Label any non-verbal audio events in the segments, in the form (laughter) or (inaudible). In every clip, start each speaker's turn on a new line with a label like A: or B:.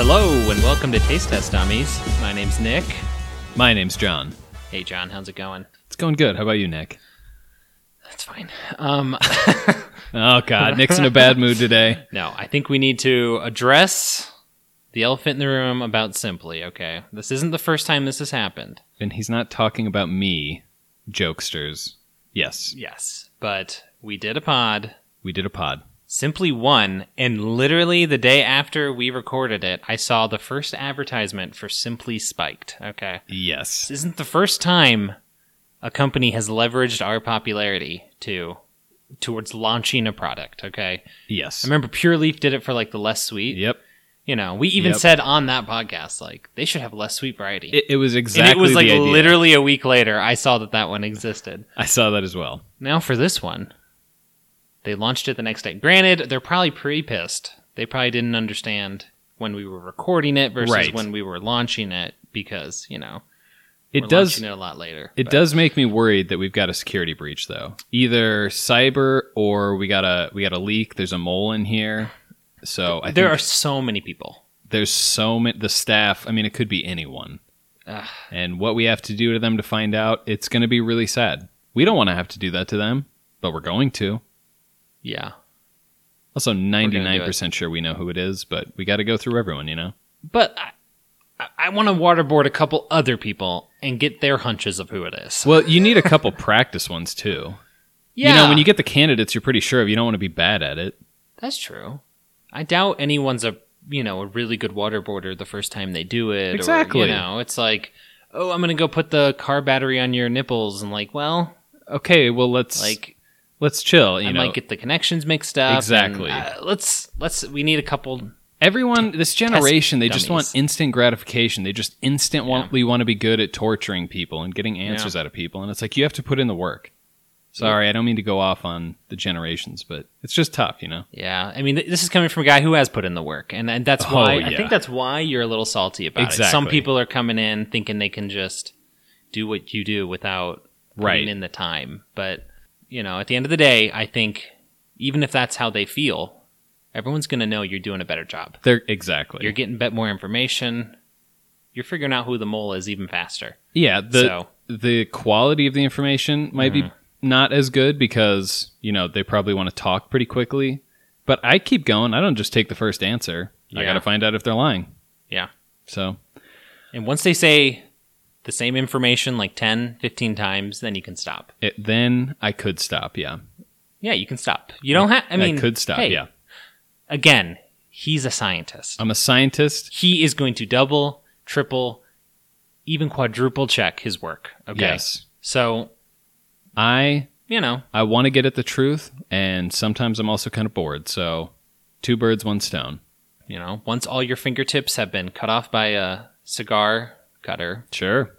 A: Hello and welcome to Taste Test Dummies. My name's Nick.
B: My name's John.
A: Hey John, how's it going?
B: It's going good. How about you, Nick?
A: That's fine. Um, (laughs)
B: Oh God, Nick's in a bad mood today.
A: no, I think we need to address the elephant in the room about Simply. Okay, this isn't the first time this has happened.
B: And he's not talking about me, jokesters. Yes,
A: Yes, but we did a pod.
B: we did a pod.
A: Simply won, and literally the day after we recorded it, I saw the first advertisement for Simply Spiked. Okay. This
B: Yes.
A: isn't the first time a company has leveraged our popularity to towards launching a product, okay? I
B: Yes.
A: remember Pure Leaf did it for like the less sweet.
B: Yep.
A: You know, we even
B: Yep.
A: said on that podcast like they should have less sweet variety.
B: It, it was
A: and
B: exactly
A: it was like
B: the idea.
A: literally a week later I saw that that one existed.
B: I saw that as well.
A: Now for this one. They launched it the next day. Granted, they're probably pretty pissed. They probably didn't understand when we were recording it versus
B: Right.
A: when we were launching it because, you know,
B: It
A: we're
B: does.
A: launching it a lot later.
B: It
A: but-
B: does make me worried that we've got a security breach, though. Either cyber or we got a we got a leak. There's a mole in here. So I
A: there
B: think
A: are so many people.
B: there's so many the staff. I mean, it could be anyone.
A: Ugh.
B: And what we have to do to them to find out, it's going to be really sad. We don't want to have to do that to them, but we're going to.
A: Yeah.
B: Also,
A: do it.
B: 99% sure we know who it is, but we got to go through everyone, you know?
A: But I, I- I want to waterboard a couple other people and get their hunches of who it is.
B: Well, you need a (laughs) couple practice ones, too.
A: yeah.
B: You know, when you get the candidates, you're pretty sure of. You don't want to be bad at it.
A: That's true. I doubt anyone's a, you know, a really good waterboarder the first time they do it. Or,
B: Exactly.
A: you know, it's like, oh, I'm going to go put the car battery on your nipples. And like, well,
B: Okay, well, let's like,
A: like,
B: let's chill. You
A: I
B: know,
A: might get the connections mixed up. and,
B: Exactly.
A: uh, let's, let's, we need a couple.
B: everyone, this generation, they just want
A: dummies.
B: instant gratification. They just instantly want to be good at torturing people and getting answers out of people. And it's like, you have to put in the work. Sorry, I don't mean to go off on the generations, but it's just tough, you know?
A: Yeah. I mean, th- this is coming from a guy who has put in the work. And, and that's
B: Oh,
A: why, I
B: yeah.
A: think that's why you're a little salty about it. Some
B: Exactly.
A: people are coming in thinking they can just do what you do without putting
B: Right.
A: in the time. But, you know, at the end of the day, I think even if that's how they feel, everyone's going to know you're doing a better job.
B: They're exactly.
A: You're getting bet more information. You're figuring out who the mole is even faster.
B: yeah, the
A: so, Mm-hmm.
B: the quality of the information might be not as good because, you know, they probably want to talk pretty quickly. But I keep going. I don't just take the first answer. I
A: Yeah.
B: got to find out if they're lying.
A: Yeah.
B: So,
A: and once they say the same information like 10, 15 times, then you can stop.
B: it, then I could stop, yeah.
A: Yeah, you can stop. You don't have. I mean,
B: could stop,
A: hey,
B: yeah.
A: Again, he's a scientist.
B: I'm a scientist.
A: He is going to double, triple, even quadruple check his work. Okay.
B: Yes.
A: So
B: I
A: you know,
B: I want to get at the truth and sometimes I'm also kind of bored. So, two birds, one stone.
A: you know, once all your fingertips have been cut off by a cigar cutter,
B: Sure.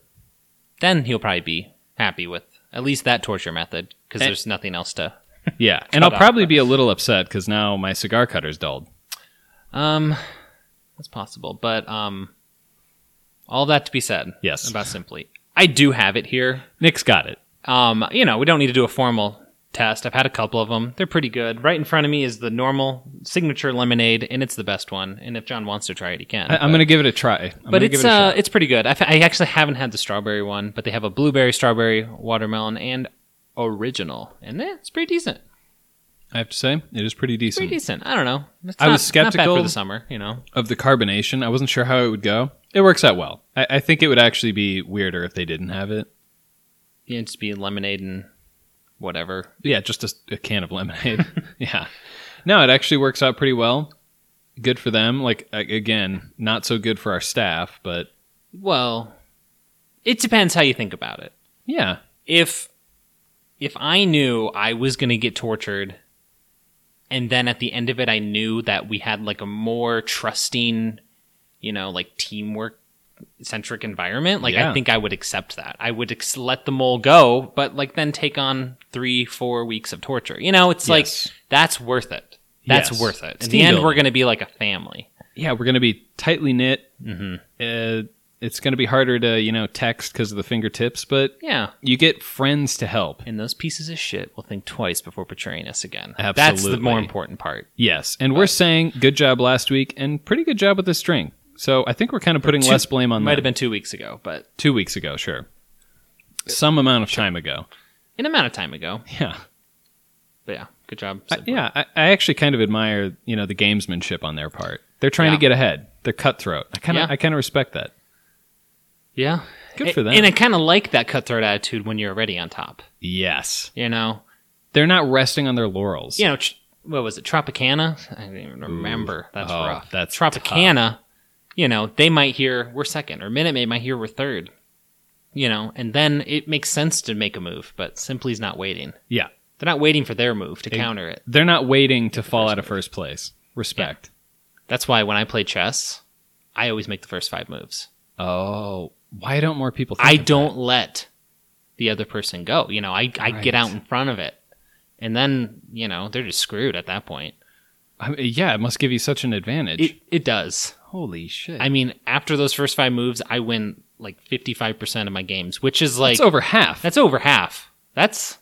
A: then he'll probably be happy with at least that torture method because
B: Eh.
A: there's nothing else to.
B: (laughs) Yeah.
A: Cut
B: And I'll
A: off.
B: probably be a little upset cuz now my cigar cutter's dulled.
A: Um, that's possible, but um, all that to be said.
B: Yes.
A: About simply, I do have it here.
B: Nick's got it.
A: Um, you know, we don't need to do a formal test. I've had a couple of them. They're pretty good. Right in front of me is the normal signature lemonade, and it's the best one. And if John wants to try it, he can.
B: I, I'm going to give it a try. I'm
A: but
B: gonna
A: it's
B: give it a
A: uh,
B: shot.
A: it's pretty good. I, fa- I actually haven't had the strawberry one, but they have a blueberry, strawberry, watermelon, and original, and eh, it's pretty decent.
B: I have to say, it is pretty decent.
A: Pretty decent. I don't know. It's
B: I
A: not- not
B: was
A: bad for
B: skeptical.
A: the summer. You know,
B: Of the carbonation, I wasn't sure how it would go. It works out well. I, I think it would actually be weirder if they didn't have it.
A: you know, just be lemonade and whatever.
B: Yeah, just a, s- a can of lemonade. (laughs) yeah. No, it actually works out pretty well. Good for them. Like, a- again, not so good for our staff, but
A: Well, it depends how you think about it.
B: yeah.
A: if if I knew I was going to get tortured and then at the end of it I knew that we had like a more trusting, you know, like teamwork centric environment, like I
B: Yeah.
A: think I would accept that. I would ex- let the mole go, but like then take on 3 4 weeks of torture. You know, it's
B: Yes.
A: like that's worth it. That's
B: Yes.
A: worth it. In
B: It's
A: the
B: team
A: end we're
B: building.
A: going to be like a family.
B: Yeah, we're going to be tightly knit. Mm-hmm. Uh, it's going to be harder to, you know, text because of the fingertips, but
A: Yeah.
B: you get friends to help.
A: And those pieces of shit will think twice before betraying us again. That's the
B: Absolutely.
A: more important part.
B: Yes, and we're saying good job last week and pretty good job with this drink. So I think we're kind of putting
A: two-
B: less blame on
A: might
B: that.
A: have been two weeks ago, but
B: two weeks ago, sure. Some amount of time ago. (laughs)
A: an amount of time ago.
B: Yeah.
A: But yeah, good job.
B: I,
A: Sid.
B: Uh, yeah. I, I actually kind of admire, you know, the gamesmanship on their part. They're trying
A: Yeah.
B: to get ahead. They're cutthroat. I kind of,
A: Yeah.
B: I kind of respect that.
A: yeah.
B: Good
A: A-
B: for them.
A: And I kind of like that cutthroat attitude when you're already on top.
B: yes.
A: You know,
B: They're not resting on their laurels.
A: you know, tr- what was it, Tropicana? I don't even remember. That's
B: Oh,
A: rough.
B: that's
A: Tropicana. You know, they might hear we're second, or Minute Maid might hear we're third. You know, and then it makes sense to make a move, but Simply's not waiting.
B: Yeah.
A: They're not waiting for their move to counter it.
B: They're not waiting to fall out of first place. Respect.
A: That's why when I play chess, I always make the first five moves.
B: Oh, why don't more people? Think
A: I
B: of that?
A: don't let the other person go. You know, I, I
B: Right.
A: get out in front of it. And then, you know, they're just screwed at that point.
B: I mean, yeah, it must give you such an advantage.
A: It, it does.
B: Holy shit!
A: I mean, after those first five moves, I win like 55% of my games, which is like,
B: it's over half.
A: that's over half. That's,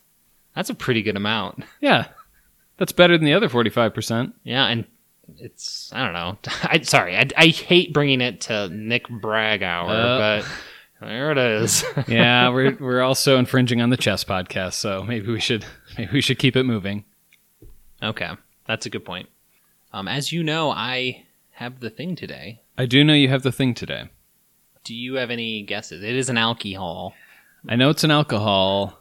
A: that's a pretty good amount.
B: yeah, that's better than the other forty-five
A: (laughs)
B: percent.
A: Yeah. And it's, I don't know. (laughs) I, sorry. I, I hate bringing it to Nick Bragg hour,
B: Uh. (laughs)
A: but there it is. (laughs)
B: Yeah, we're we're also infringing on the chess podcast, so maybe we should maybe we should keep it moving.
A: Okay, that's a good point. Um, as you know, I have the thing today.
B: I do know you have the thing today.
A: Do you have any guesses? It is an alcohol.
B: I know it's an alcohol.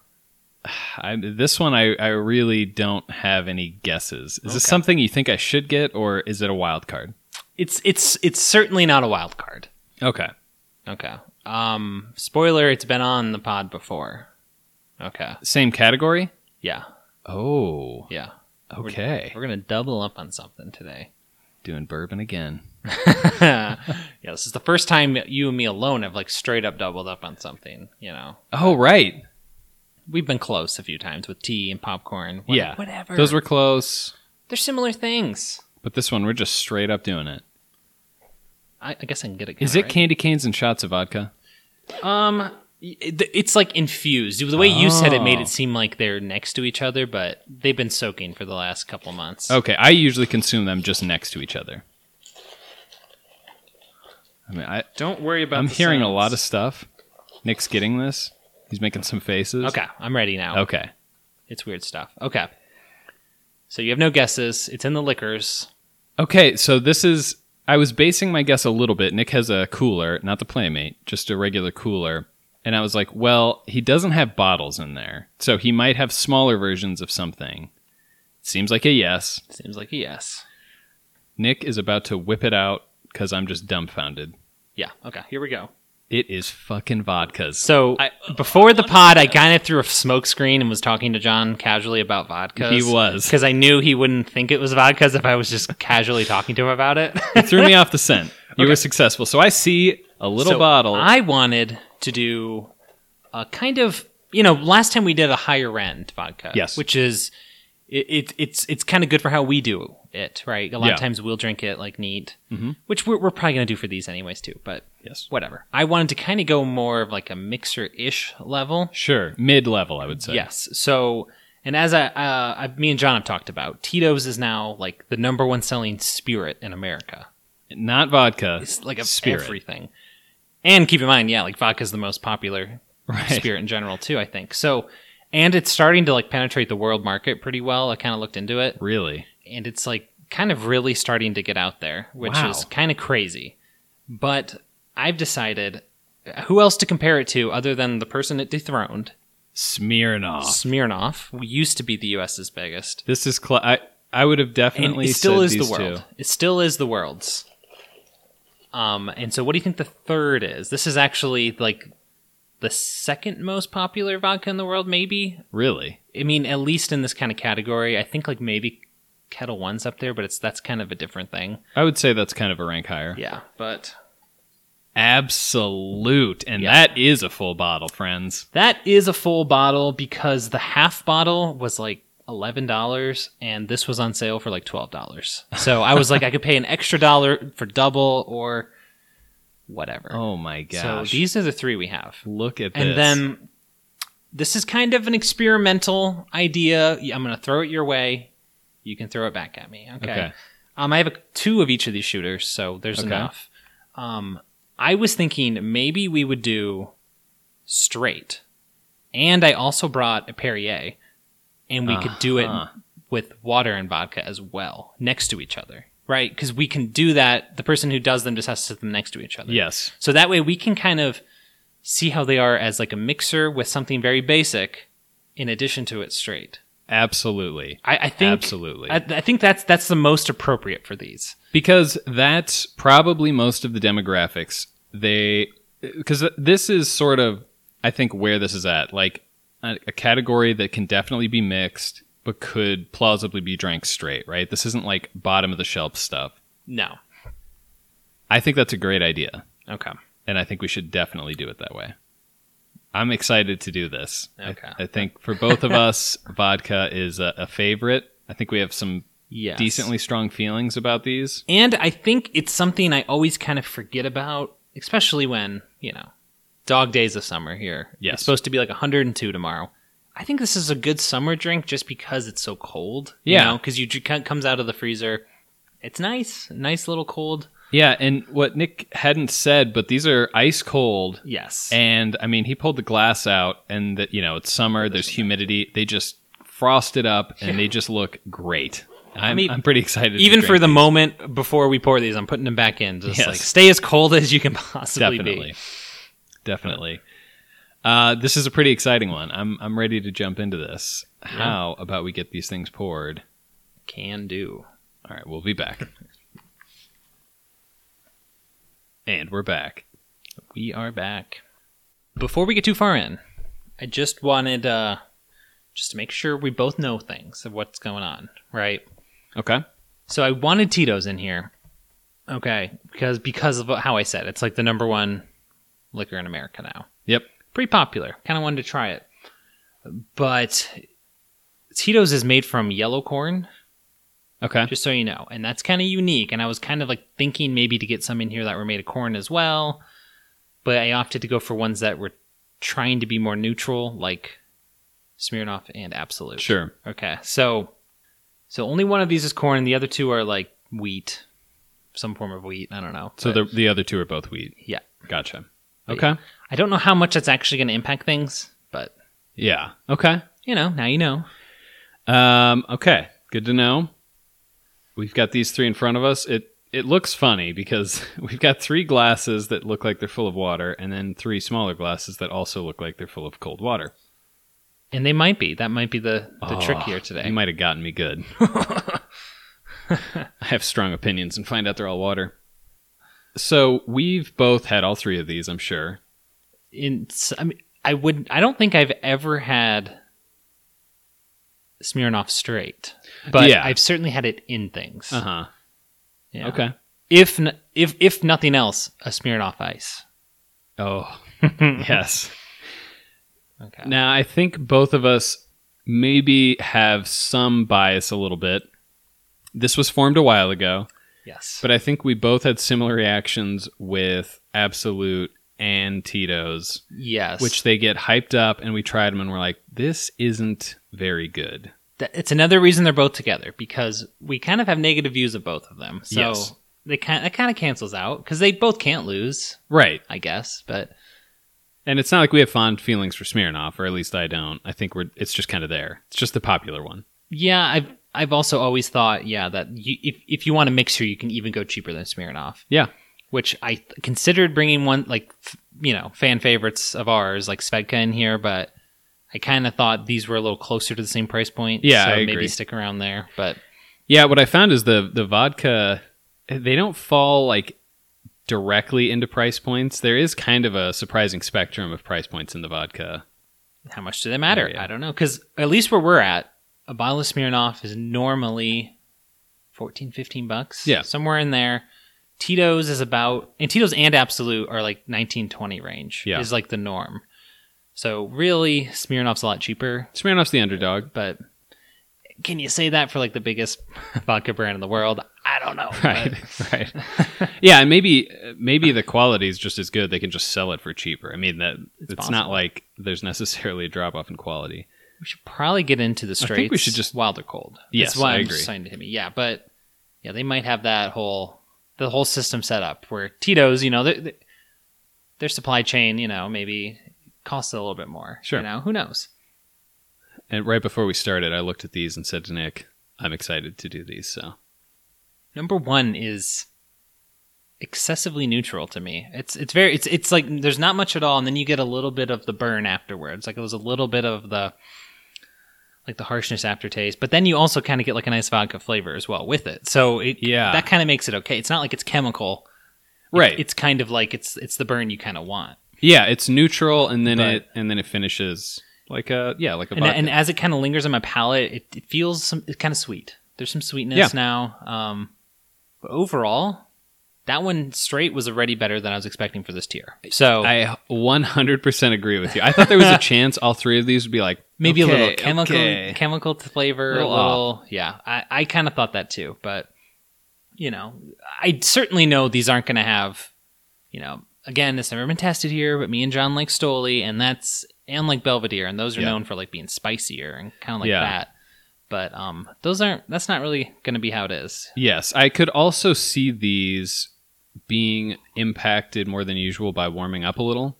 B: (sighs) I, this one, I, I really don't have any guesses. Is this
A: Okay.
B: something you think I should get, or is it a wild card?
A: It's it's it's certainly not a wild card.
B: Okay.
A: Okay. Um, spoiler: it's been on the pod before. Okay.
B: Same category?
A: Yeah.
B: Oh,
A: Yeah.
B: okay.
A: We're gonna double up on something today. (laughs)
B: Doing bourbon again.
A: yeah, this is the first time you and me alone have like straight up doubled up on something. You know,
B: Oh, right.
A: we've been close a few times with tea and popcorn. What-
B: Yeah.
A: Whatever.
B: Those were close,
A: they're similar things.
B: but this one, we're just straight up doing it.
A: I, I guess I can get it.
B: Is
A: kinda
B: it candy canes and shots of vodka?
A: Um, y- th- it's like infused. The way you said it made
B: Oh.
A: it seem like they're next to each other, but they've been soaking for the last couple months.
B: Okay, I usually consume them just next to each other. I mean, I,
A: Don't worry about.
B: I'm hearing a lot of stuff. Nick's getting this. He's making some faces.
A: Okay, I'm ready now.
B: Okay.
A: It's weird stuff. Okay. So you have no guesses. It's in the liquors.
B: Okay, so this is I was basing my guess a little bit. Nick has a cooler, not the Playmate, just a regular cooler. And I was like, well, he doesn't have bottles in there. So he might have smaller versions of something. Seems like a yes.
A: Seems like a yes.
B: Nick is about to whip it out cuz I'm just dumbfounded.
A: Yeah. Okay. Here we go.
B: It is fucking vodkas.
A: So
B: I-
A: before
B: uh,
A: the pod, I kind of threw a smoke screen and was talking to John casually about vodka.
B: He was.
A: because I knew he wouldn't think it was vodkas if I was just casually talking to him about it. (laughs)
B: He threw me off the scent. You
A: Okay.
B: were successful. So I see a little
A: So
B: bottle.
A: I wanted to do a kind of you know last time we did a higher end vodka,
B: Yes.
A: which is it, it it's it's kind of good for how we do it, right? A lot
B: Yeah.
A: of times we'll drink it like neat,
B: Mhm.
A: which we're we're probably gonna do for these anyways too. But
B: yes.
A: whatever. I wanted to kind of go more of like a mixer ish level.
B: Sure. Mid-level, I would say.
A: Yes. So, and as I, uh, I, me and John have talked about, Tito's is now like the number one selling spirit in America.
B: Not vodka.
A: It's like a
B: Spirit.
A: everything. And keep in mind, yeah, like vodka is the most popular
B: Right.
A: spirit in general too. I think so. And it's starting to like penetrate the world market pretty well. I kind of looked into it,
B: Really?
A: and it's like kind of really starting to get out there, which
B: Wow.
A: is kind of crazy. But I've decided uh, who else to compare it to other than the person it dethroned,
B: Smirnoff.
A: Smirnoff, who used to be the U.S.'s biggest.
B: This is cl- I I would have
A: and
B: definitely
A: it still
B: said
A: is the
B: these
A: world.
B: two.
A: It still is the world's. Um, and so what do you think the third is? This is actually like the second most popular vodka in the world, maybe.
B: Really?
A: I mean, at least in this kind of category, I think like maybe Kettle One's up there, but it's that's kind of a different thing.
B: I would say that's kind of a rank higher.
A: Yeah, but
B: Absolute. And
A: Yeah.
B: that is a full bottle, friends.
A: that is a full bottle because the half bottle was like eleven dollars, and this was on sale for like twelve dollars. So I was like, I could pay an extra dollar for double or whatever.
B: Oh my gosh.
A: So these are the three we have.
B: Look at this.
A: And then this is kind of an experimental idea. I'm going to throw it your way. You can throw it back at me. Okay.
B: Okay.
A: Um, I have a, two of each of these shooters, so there's
B: Okay.
A: enough. Um, I was thinking maybe we would do straight, and I also brought a Perrier, and we could do it
B: Uh-huh.
A: with water and vodka as well next to each other, right? Because we can do that. The person who does them just has to sit them next to each other.
B: Yes.
A: So that way we can kind of see how they are as like a mixer with something very basic in addition to it straight.
B: Absolutely.
A: I, I think
B: Absolutely.
A: I, I think that's that's the most appropriate for these.
B: because that's probably most of the demographics they because this is sort of i think where this is at like a, a category that can definitely be mixed but could plausibly be drank straight right this isn't like bottom of the shelf stuff
A: No.
B: i think that's a great idea
A: Okay.
B: and i think we should definitely do it that way i'm excited to do this I-
A: Okay.
B: i, think for
A: (laughs)
B: both of us vodka is a, a favorite i think we have some
A: Yes.
B: decently strong feelings about these
A: And I think it's something I always kind of forget about, especially when, you know, dog days of summer here.
B: Yes.
A: It's supposed to be like 102 tomorrow. I think this is a good summer drink just because it's so cold.
B: Yeah.
A: You know, because you it comes out of the freezer. It's nice. Nice little cold.
B: Yeah, and what Nick hadn't said, but these are ice cold.
A: Yes.
B: And I mean, he pulled the glass out, and that you know it's summer. There's humidity. They just frost it up, and they just look great. I'm, I
A: mean,
B: am pretty excited. to
A: Even
B: drink
A: for the
B: these.
A: moment before we pour these, I'm putting them back in. Just
B: Yes.
A: like stay as cold as you can possibly
B: definitely,
A: be.
B: definitely. Uh, this is a pretty exciting one. I'm I'm ready to jump into this. How about we get these things poured?
A: Can do.
B: All right, we'll
A: (laughs)
B: be back. and we're back.
A: We are back. Before we get too far in, I just wanted uh just to make sure we both know things of what's going on, right?
B: Okay.
A: So I wanted Tito's in here. Okay, because because of how I said it. it's like the number one liquor in America now.
B: Yep.
A: Pretty popular. Kind of wanted to try it. But Tito's is made from yellow corn,
B: Okay.
A: (laughs) just so you know. And that's kind of unique. And I was kind of like thinking maybe to get some in here that were made of corn as well. But I opted to go for ones that were trying to be more neutral, like Smirnoff and Absolute.
B: Sure.
A: Okay. So so only one of these is corn and the other two are like wheat. Some form of wheat. I don't know.
B: So
A: But
B: the the other two are both wheat.
A: Yeah.
B: Gotcha.
A: But
B: Okay.
A: I don't know how much that's actually gonna impact things, but
B: Yeah. Okay.
A: you know, now you know.
B: Um, okay. Good to know. We've got these three in front of us. It it looks funny because (laughs) we've got three glasses that look like they're full of water, and then three smaller glasses that also look like they're full of cold water.
A: And they might be. That might be the, the
B: Oh,
A: trick here today.
B: You might have gotten
A: (laughs)
B: me good. I have strong opinions and find out they're all water. So we've both had all three of these, I'm sure.
A: in s- I mean I would I don't think I've ever had Smirnoff straight, but
B: Yeah.
A: I've certainly had it in things.
B: Uh huh.
A: Yeah.
B: Okay.
A: If n- if if nothing else, a Smirnoff
B: (laughs)
A: ice.
B: Oh, yes.
A: Okay.
B: Now, I think both of us maybe have some bias a little bit. This was formed a while ago,
A: yes.
B: but I think we both had similar reactions with Absolute and Tito's,
A: yes.
B: which they get hyped up and we tried them and we're like, this isn't very good.
A: Th- it's another reason they're both together because we kind of have negative views of both of them. So
B: Yes.
A: they kind that kind of cancels out because they both can't lose,
B: Right.
A: I guess. But
B: And it's not like we have fond feelings for Smirnoff, or at least I don't. I think we're it's just kind of there. It's just the popular one.
A: yeah, I've I've also always thought yeah that you, if if you want to mix here, you can even go cheaper than Smirnoff.
B: Yeah.
A: which I th- considered bringing one like f- you know fan favorites of ours like Svedka in here, but I kind of thought these were a little closer to the same price point.
B: Yeah,
A: so
B: I
A: maybe
B: agree.
A: stick around there. But
B: Yeah, what I found is the the vodka they don't fall like directly into price points. There is kind of a surprising spectrum of price points in the vodka.
A: how much do they matter?
B: Oh, Yeah.
A: I don't know because at least where we're at, a bottle of Smirnoff is normally 14, 15 bucks.
B: Yeah.
A: somewhere in there. Tito's is about and Tito's and Absolute are like 19, 20 range.
B: Yeah.
A: is like the norm. So really, Smirnoff's a lot cheaper.
B: Smirnoff's the underdog.
A: but can you say that for like the biggest (laughs) vodka brand in the world? I don't know. but-
B: (laughs) (laughs) Right. right. (laughs) Yeah, and maybe maybe the quality is just as good. They can just sell it for cheaper. I mean, that it's, not
A: possible.
B: like there's necessarily a drop off in quality.
A: we should probably get into the straights.
B: think we should just-
A: wild or cold.
B: Yes,
A: That's why
B: I
A: am
B: agree.
A: Just saying to him, yeah, but yeah, they might have that whole the whole system set up where Tito's, you know, th th their supply chain, you know, maybe costs a little bit more.
B: Sure.
A: You know, who knows?
B: And right before we started, I looked at these and said to Nick, I'm excited to do these. So
A: Number one is excessively neutral to me. It's it's very it's it's like there's not much at all, and then you get a little bit of the burn afterwards. Like it was a little bit of the like the harshness aftertaste, but then you also kind of get like a nice vodka flavor as well with it. So it
B: Yeah.
A: that kind of makes it okay. It's not like it's chemical, It-
B: Right.
A: it's kind of like it's it's the burn you kind of want.
B: yeah, it's neutral and then
A: But-
B: it and then it finishes like a yeah, like a
A: and,
B: vodka.
A: and as it kind of lingers on my palate, it, it feels some it's kind of sweet. There's some sweetness
B: Yeah.
A: now. Um, but overall, that one straight was already better than I was expecting for this tier. So
B: I 100% agree with you. I thought there
A: (laughs)
B: was a chance all three of these would be like
A: maybe a
B: okay,
A: little chemical
B: okay.
A: chemical flavor, a
B: Little
A: little,
B: off.
A: yeah. I, I kind of thought that too, but you know, I certainly know these aren't going to have, you know, again, it's never been tested here. But me and John like Stoli, and that's and like Belvedere, and those are
B: Yeah.
A: known for like being spicier and kind of like
B: Yeah.
A: that. But um, those aren't. That's not really going to be how it is.
B: Yes, I could also see these being impacted more than usual by warming up a little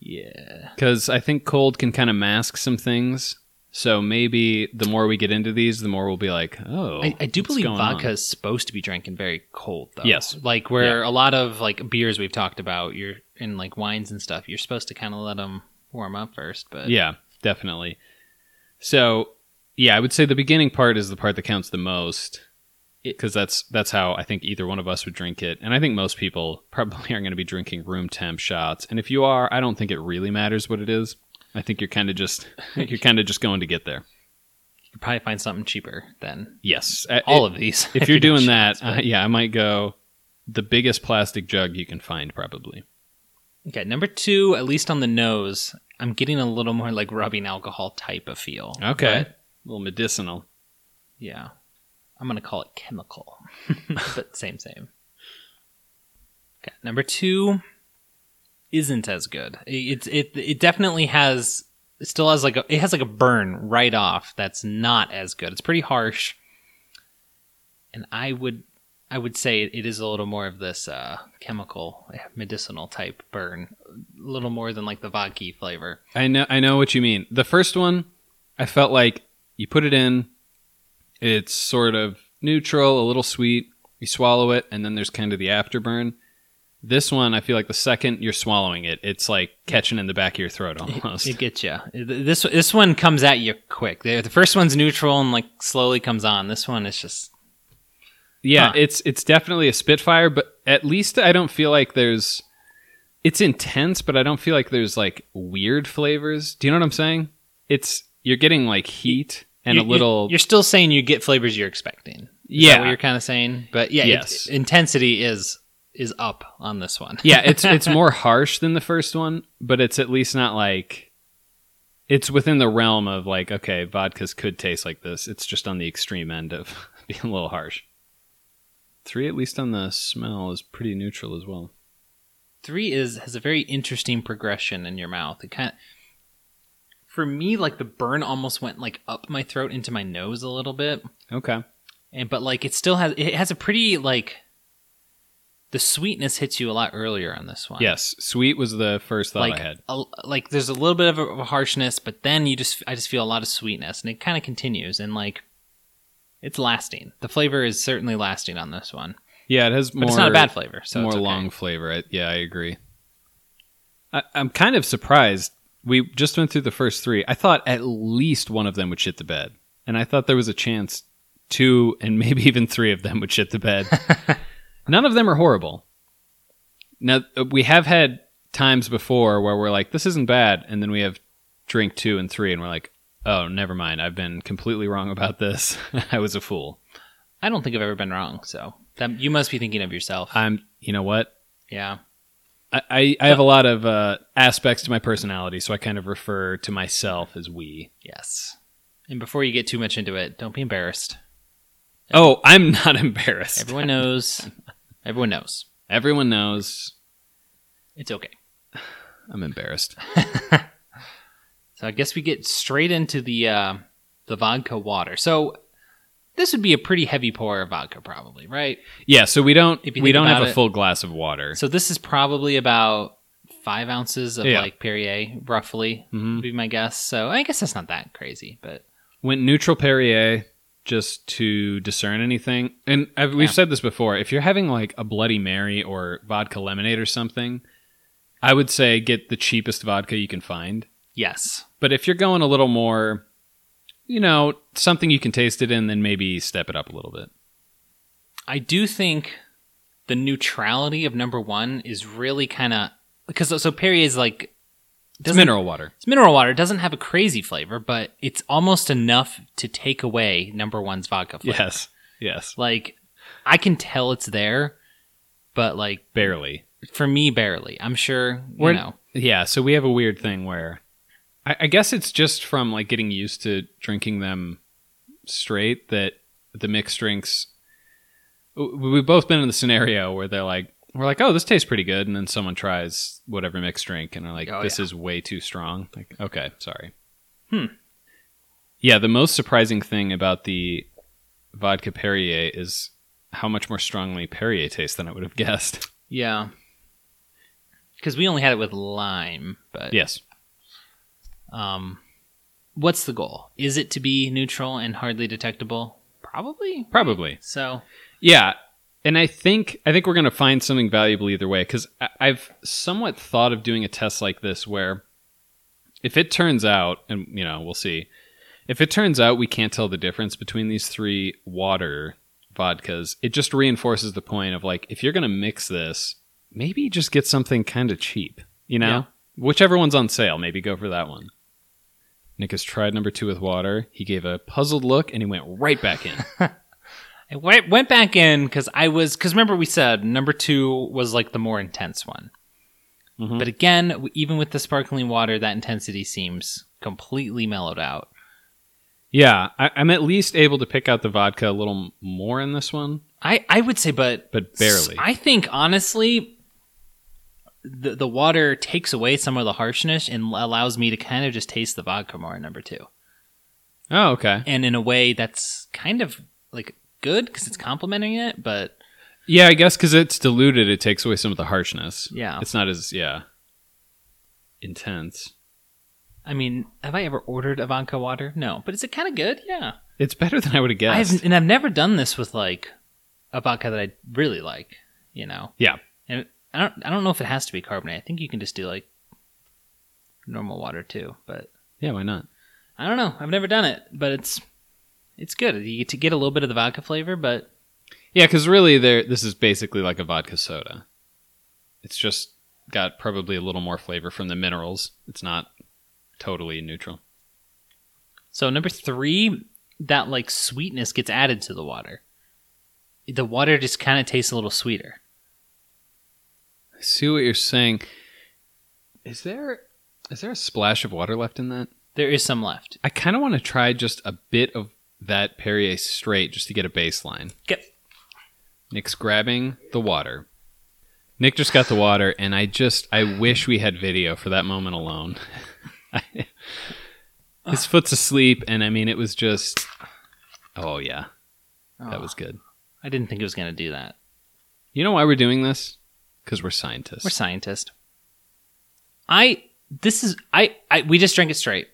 A: Yeah.
B: because I think cold can kind of mask some things. So maybe the more we get into these, the more we'll be like, oh,
A: I, I do
B: what's
A: believe
B: going
A: vodka
B: on?
A: is supposed to be drinking very cold, though.
B: Yes.
A: Like where a lot of like beers we've talked about, you're in like wines and stuff. You're supposed to kind of let them warm up first, but
B: Yeah, definitely. So yeah, I would say the beginning part is the part that counts the most because that's that's how I think either one of us would drink it, and I think most people probably (laughs) aren't going to be drinking room temp shots. And if you are, I don't think it really matters what it is. I think you're kind of just (laughs) you're kind of just going to get there.
A: you could probably find something cheaper than
B: Yes, I-
A: all
B: it-
A: of these. (laughs)
B: If you're
A: you don't
B: doing
A: shots,
B: that,
A: but-
B: uh, (laughs) yeah, I might go the biggest plastic jug you can find probably.
A: okay, number two, at least on the nose, I'm getting a little more like rubbing alcohol type of feel.
B: Okay,
A: But,
B: a little medicinal.
A: yeah, I'm gonna call it chemical, but same same. Okay, number two isn't as good. It's it it definitely has it still has like a it has like a burn right off that's not as good. It's pretty harsh. And I would I would say it is a little more of this uh, chemical medicinal type burn, a little more than like the vodka flavor.
B: I know I know what you mean. The first one, I felt like you put it in, it's sort of neutral, a little sweet, you swallow it, and then there's kind of the afterburn. This one, I feel like the second you're swallowing it, it's like catching in the back of your throat almost.
A: It gets you. This this one comes at you quick. The the first one's neutral and like slowly comes on. This one is just
B: yeah,
A: Huh.
B: it's it's definitely a spitfire, but at least I don't feel like there's it's intense, but I don't feel like there's like weird flavors. Do you know what I'm saying? It's you're getting like heat and
A: you-
B: a
A: you-
B: little
A: You're still saying you get flavors you're expecting. Is
B: Yeah.
A: that what you're kind of saying, but yeah,
B: Yes.
A: it's- intensity is is up on this one.
B: yeah, it's it's more harsh than the first one, but it's at least not like it's within the realm of like okay, vodkas could taste like this. It's just on the extreme end of (laughs) being a little harsh. Three, at least on the smell, is pretty neutral as well.
A: three is has a very interesting progression in your mouth. It kind of, for me, like the burn almost went like up my throat into my nose a little bit,
B: Okay,
A: and but like it still has it has a pretty like the sweetness hits you a lot earlier on this one.
B: yes, sweet was the first thought
A: like
B: I had.
A: a- like there's a little bit of a, of a harshness, but then you just I just feel a lot of sweetness, and it kind of continues, and like it's lasting. The flavor is certainly lasting on this one,
B: Yeah, it has
A: but
B: more.
A: it's not a bad flavor. So
B: more
A: it's okay.
B: long flavor. I, yeah, I agree. I, I'm kind of surprised. We just went through the first three. I thought at least one of them would shit the bed, and I thought there was a chance two and maybe (laughs) even three of them would shit the (laughs) bed. None of them are horrible. Now uh, we have had times before where we're like, "This isn't bad," and then we have drink two and three, and we're like, "Oh, never mind. I've been completely wrong about this. (laughs) I was a fool."
A: I don't think I've ever been wrong. So that you must be thinking of yourself.
B: I'm. You know what?
A: yeah.
B: I- I, I have a lot of uh, aspects to my personality, so I kind of refer to myself as we.
A: Yes. And before you get too much into it, don't be embarrassed.
B: Oh, I'm not (laughs) embarrassed.
A: Everyone knows. Everyone knows.
B: Everyone knows
A: It's okay.
B: I'm embarrassed.
A: So I guess we get straight into the uh, the vodka water. So This would be a pretty heavy pour of vodka, probably, right?
B: Yeah, so we don't
A: If you
B: we
A: think
B: don't have
A: about
B: a
A: it-
B: full glass of water.
A: So this is probably about five ounces of
B: Yeah.
A: like Perrier, roughly,
B: Mhm.
A: would be my guess. So I guess that's not that crazy, but
B: Went neutral Perrier just to discern anything. And I've, we've
A: Yeah.
B: said this before. If you're having like a Bloody Mary or vodka lemonade or something, I would say get the cheapest vodka you can find.
A: yes.
B: But if you're going a little more, you know, something you can taste it in, then maybe step it up a little bit.
A: I do think the neutrality of number one is really kind of because so Perrier is like
B: It's
A: doesn't-
B: mineral water.
A: It's mineral water. It doesn't have a crazy flavor, but it's almost enough to take away number one's vodka flavor.
B: Yes. Yes.
A: Like I can tell it's there, but like
B: Barely.
A: for me, barely. I'm sure you
B: We're-
A: know.
B: Yeah, so we have a weird thing where I, I guess it's just from like getting used to drinking them straight that the mixed drinks. w- We've both been in the scenario where they're like, we're like, oh, this tastes pretty good, and then someone tries whatever mixed drink, and they're like,
A: Oh,
B: this is way too strong. Like, okay, sorry.
A: Hmm.
B: Yeah, the most surprising thing about the vodka Perrier is how much more strongly Perrier tastes than I would have guessed.
A: Yeah. Because we only had it with lime, but
B: yes.
A: um, what's the goal? Is it to be neutral and hardly detectable? Probably.
B: Probably.
A: So
B: Yeah, and I think I think we're gonna find something valuable either way because I've somewhat thought of doing a test like this where if it turns out, and you know we'll see, if it turns out we can't tell the difference between these three water vodkas, it just reinforces the point of like if you're gonna mix this, maybe just get something kind of cheap, you know,
A: Yeah.
B: whichever one's on sale, maybe go for that one. Nick has tried number two with water. He gave a puzzled look and he went right back in.
A: I went, went back in because I was because remember we said number two was like the more intense one,
B: Mhm.
A: but again, w- even with the sparkling water, that intensity seems completely mellowed out.
B: Yeah, I, I'm at least able to pick out the vodka a little m- more in this one,
A: I I would say, but
B: but barely.
A: I think honestly, the the water takes away some of the harshness and allows me to kind of just taste the vodka more in number two,
B: oh, okay.
A: and in a way that's kind of like good because it's complementing it, but
B: Yeah, I guess because it's diluted, it takes away some of the harshness.
A: yeah.
B: It's not as yeah intense.
A: I mean, have I ever ordered a vodka water? No, but is it kind of good? Yeah.
B: It's better than I would have guessed.
A: I've and I've never done this with like a vodka that I really like, you know.
B: Yeah.
A: And I don't I don't know if it has to be carbonated. I think you can just do like normal water too, but
B: yeah, why not?
A: I don't know. I've never done it, but it's it's good. You get to get a little bit of the vodka flavor, but
B: Yeah, because really, there this is basically like a vodka soda. It's just got probably a little more flavor from the minerals. It's not totally neutral.
A: so number 3, that like sweetness gets added to the water. The water just kind of tastes a little sweeter.
B: I see what you're saying. Is there is there a splash of water left in that?
A: There is some left.
B: I kind of want to try just a bit of that Perrier straight just to get a baseline.
A: Get
B: Nick's grabbing the water. Nick just got the water, and I just I wish we had video for that moment alone. (laughs) His foot's asleep, and I mean it was just. Oh yeah, that was good.
A: I didn't think it was going to do that.
B: You know why we're doing this? Because we're scientists.
A: We're scientists. I this is I, I we just drank it straight.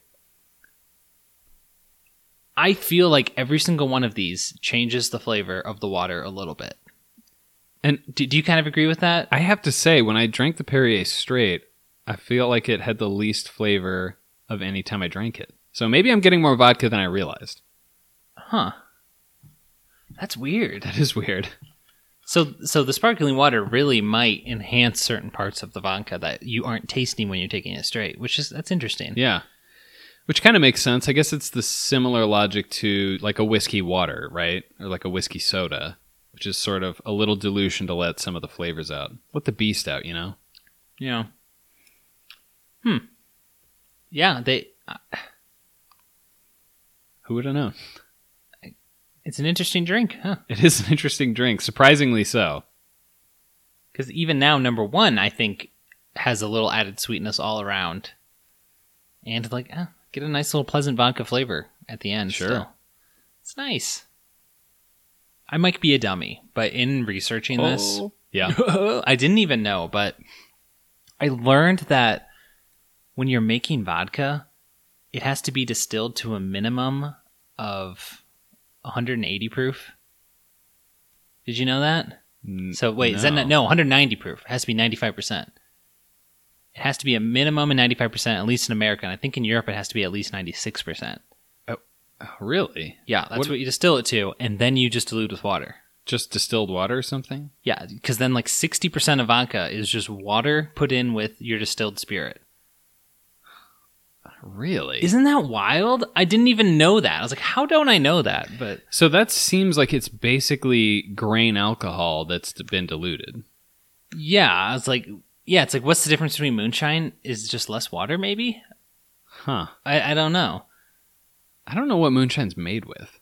A: I feel like every single one of these changes the flavor of the water a little bit.
B: And-
A: do, do you kind of agree with that?
B: I have to say, when I drank the Perrier straight, I feel like it had the least flavor of any time I drank it. So maybe I'm getting more vodka than I realized.
A: Huh. That's weird.
B: That is weird.
A: So so the sparkling water really might enhance certain parts of the vodka that you aren't tasting when you're taking it straight, which is that's interesting.
B: Yeah. Which kind of makes sense. I guess it's the similar logic to like a whiskey water, right? Or like a whiskey soda, which is sort of a little dilution to let some of the flavors out. Let the beast out, you know?
A: Yeah. Hmm. Yeah, they uh,
B: Who would have known? (laughs)
A: it's an interesting drink, huh?
B: It is an interesting drink, surprisingly so.
A: Because even now, number one, I think, has a little added sweetness all around. And eh, like, ah, get a nice little pleasant vodka flavor at the end.
B: Sure.
A: Sure. It's nice. I might be a dummy, but in researching this,
B: Oh. Yeah.
A: (laughs) I didn't even know, but I learned that when you're making vodka, it has to be distilled to a minimum of 180 proof. Did you know that? So wait, is that not, no 190 proof? It has to be 95 percent. It has to be a minimum of 95 percent, at least in America. And I think in Europe it has to be at least 96 percent.
B: Really?
A: Yeah, that's
B: What-
A: what, you distill it to, and then you just dilute with water.
B: Just distilled water or something?
A: Yeah, because then like 60 percent of vodka is just water put in with your distilled spirit.
B: Really?
A: Isn't that wild? I didn't even know that. I was like, how don't I know that? But
B: so that seems like it's basically grain alcohol that's been diluted.
A: yeah, I was like, yeah, it's like, what's the difference between moonshine? Is just less water, maybe?
B: Huh.
A: I, I don't know
B: I don't know what moonshine's made with.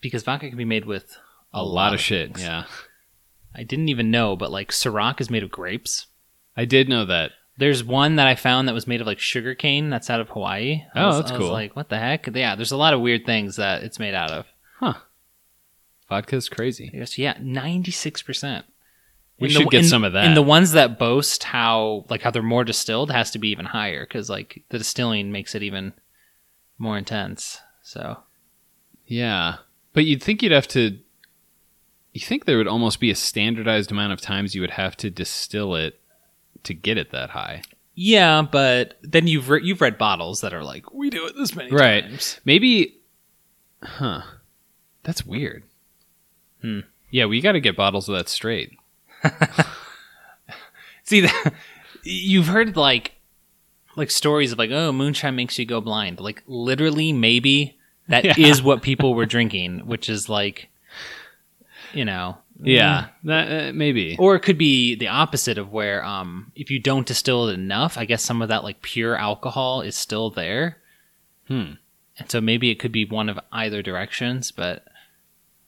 A: because vodka can be made with
B: A, lot, of shit.
A: things.
B: Yeah.
A: I didn't even know, but like Ciroc is made of grapes.
B: I did know that.
A: There's one that I found that was made of like sugar cane that's out of Hawaii. I
B: Oh,
A: was-
B: that's
A: I was
B: cool.
A: like, what the heck? Yeah, there's a lot of weird things that it's made out of.
B: Vodka's crazy.
A: Yes, yeah, 96%.
B: We
A: And
B: should get
A: and-
B: some of that.
A: And the ones that boast how like how they're more distilled has to be even higher cuz like the distilling makes it even more intense. So,
B: Yeah. But you'd think you'd have to. You think there would almost be a standardized amount of times you would have to distill it to get it that high.
A: yeah, but then you've re- you've read bottles that are like we do it this many
B: Right.
A: times.
B: Maybe, huh? That's weird.
A: Hmm.
B: Yeah, we got to get bottles of that straight.
A: See, that, (laughs) you've heard like like stories of like, oh, moonshine makes you go blind. Like literally, maybe that
B: Yeah.
A: is what people were drinking, which is like, you know,
B: Yeah, that uh, maybe.
A: Or it could be the opposite of where, um, if you don't distill it enough, I guess some of that like pure alcohol is still there,
B: Hmm.
A: and so maybe it could be one of either directions. But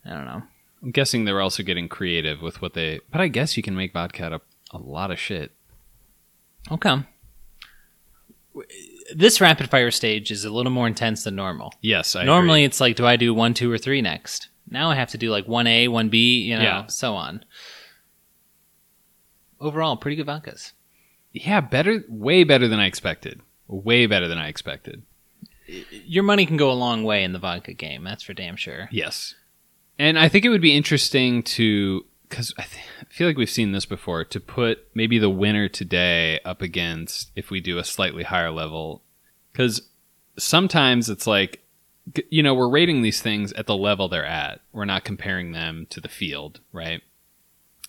A: I don't know.
B: I'm guessing they were also getting creative with what they. But I guess you can make vodka out of a lot of shit.
A: Okay. This rapid fire stage is a little more intense than normal.
B: Yes, I
A: Normally,
B: agree.
A: it's like, do I do one, two, or three next? Now I have to do like one A, one B, you know,
B: Yeah.
A: so on. Overall, pretty good vodkas.
B: Yeah, better, way better than I expected. Way better than I expected.
A: Your money can go a long way in the vodka game. That's for damn sure.
B: Yes, and I think it would be interesting to because I, th- I feel like we've seen this before to put maybe the winner today up against if we do a slightly higher level because sometimes it's like g- you know we're rating these things at the level they're at we're not comparing them to the field right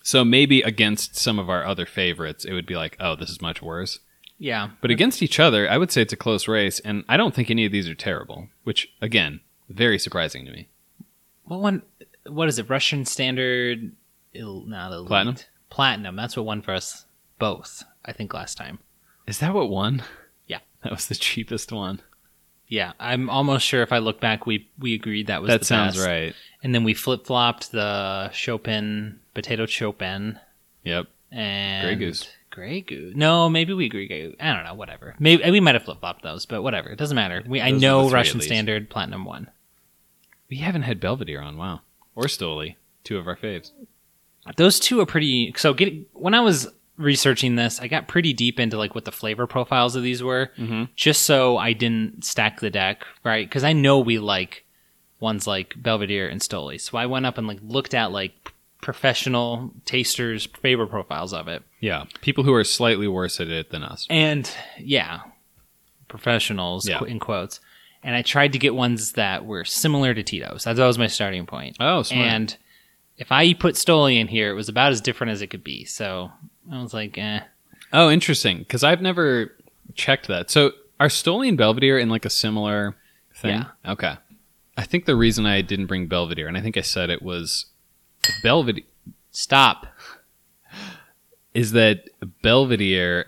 B: so maybe against some of our other favorites it would be like oh this is much worse
A: Yeah.
B: but against each other i would say it's a close race and i don't think any of these are terrible which again very surprising to me
A: What one? What is it? Russian standard? Il, not elite.
B: Platinum?
A: Platinum. That's what won for us both. I think last time.
B: is that what won
A: Yeah.
B: that was the cheapest one
A: Yeah, I'm almost sure if I look back, we we agreed that was
B: that
A: the
B: sounds
A: best.
B: right
A: And then we flip flopped the Chopin potato Chopin.
B: yep
A: and
B: Grey Goose.
A: Grey Goose. No, maybe we agree. Grey Goose. I don't know. Whatever. Maybe we might have flip flopped those, but whatever. It doesn't matter. We I
B: Those are the
A: know
B: three at
A: Russian
B: least.
A: standard platinum one.
B: we haven't had belvedere on wow or stoli two of our faves
A: Those two are pretty. So get, when I was researching this, I got pretty deep into like what the flavor profiles of these were,
B: mm-hmm.
A: just so I didn't stack the deck right because I know we like ones like Belvedere and Stoli. So I went up and like looked at like professional tasters' flavor profiles of it.
B: Yeah, people who are slightly worse at it than us.
A: and yeah, professionals
B: Yeah.
A: qu- in quotes. And I tried to get ones that were similar to Tito's. That was my starting point.
B: Oh, smart.
A: and if I put Stoli in here, it was about as different as it could be. So I was like, eh.
B: oh, interesting. Because I've never checked that. So are Stoli and Belvedere in like a similar thing? Yeah. Okay. I think the reason I didn't bring Belvedere, and I think I said it was Belvedere,
A: Stop.
B: is that Belvedere,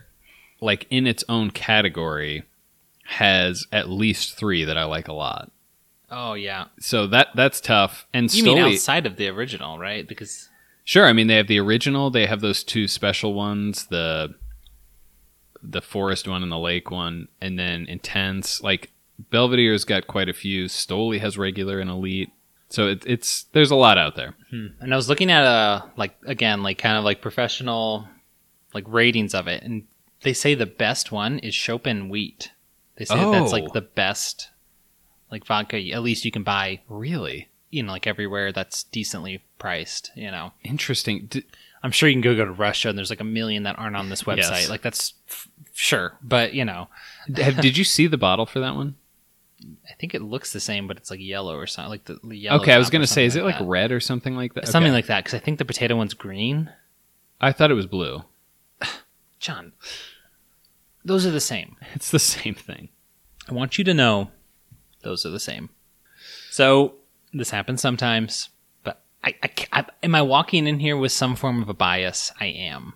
B: like in its own category, has at least three that I like a lot.
A: Oh yeah.
B: So that that's tough. And
A: You
B: Stoli,
A: mean outside of the original, right? Because
B: Sure. I mean, they have the original. They have those two special ones the the forest one and the lake one, and then intense. Like Belvedere's got quite a few. Stoli has regular and elite. So it, it's there's a lot out there.
A: Hmm. And I was looking at a like again like kind of like professional like ratings of it, and they say the best one is Chopin Wheat. They say that's
B: Oh.
A: like the best like vodka at least you can buy
B: Really
A: you know like everywhere that's decently priced. You know,
B: interesting. D-
A: I'm sure you can go go to Russia and there's like a million that aren't on this website.
B: Yes.
A: Like that's f- sure, but you know,
B: have, did you see the bottle for
A: (laughs)
B: that one?
A: I think it looks the same, but it's like yellow or something. Like the the yellow.
B: Okay, I was
A: top or
B: gonna say, is it
A: something
B: like
A: that.
B: red or something like that?
A: something
B: Okay.
A: like that? Because I think the potato one's green.
B: I thought it was blue. (laughs)
A: John, those are the same.
B: It's the same thing.
A: I want you to know those are the same. So this happens sometimes, but I, I, ca- I am I walking in here with some form of a bias? I am.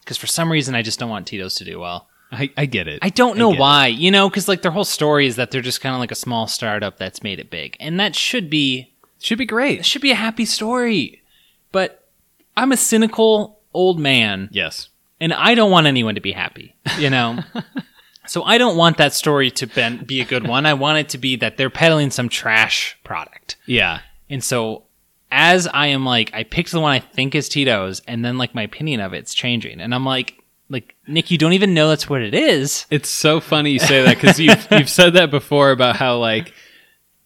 A: Because for some reason, I just don't want Tito's to do well.
B: I, I get it.
A: I don't know
B: get it.
A: why, you know, because like their whole story is that they're just kind of like a small startup that's made it big, and that should be
B: Should be great.
A: it should be a happy story. But I'm a cynical old man,
B: Yes.
A: and I don't want anyone to be happy, you know. so I don't want that story to ben- be a good one. I want it to be that they're peddling some trash product,
B: Yeah.
A: and so as I am like, I picked the one I think is Tito's, and then like my opinion of it's changing, and I'm like, like Nick, you don't even know that's what it is.
B: It's so funny you say that because you've, you've said that before about how, like,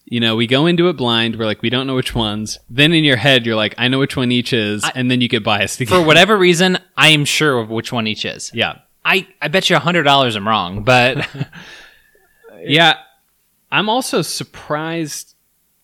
B: you know, we go into it blind. We're like, we don't know which ones. Then in your head, you're like, I know which one each is. and then you get biased again.
A: for whatever reason, I am sure of which one each is.
B: (laughs) yeah.
A: I, I bet you hundred dollars I'm wrong, but
B: Yeah. I'm also surprised.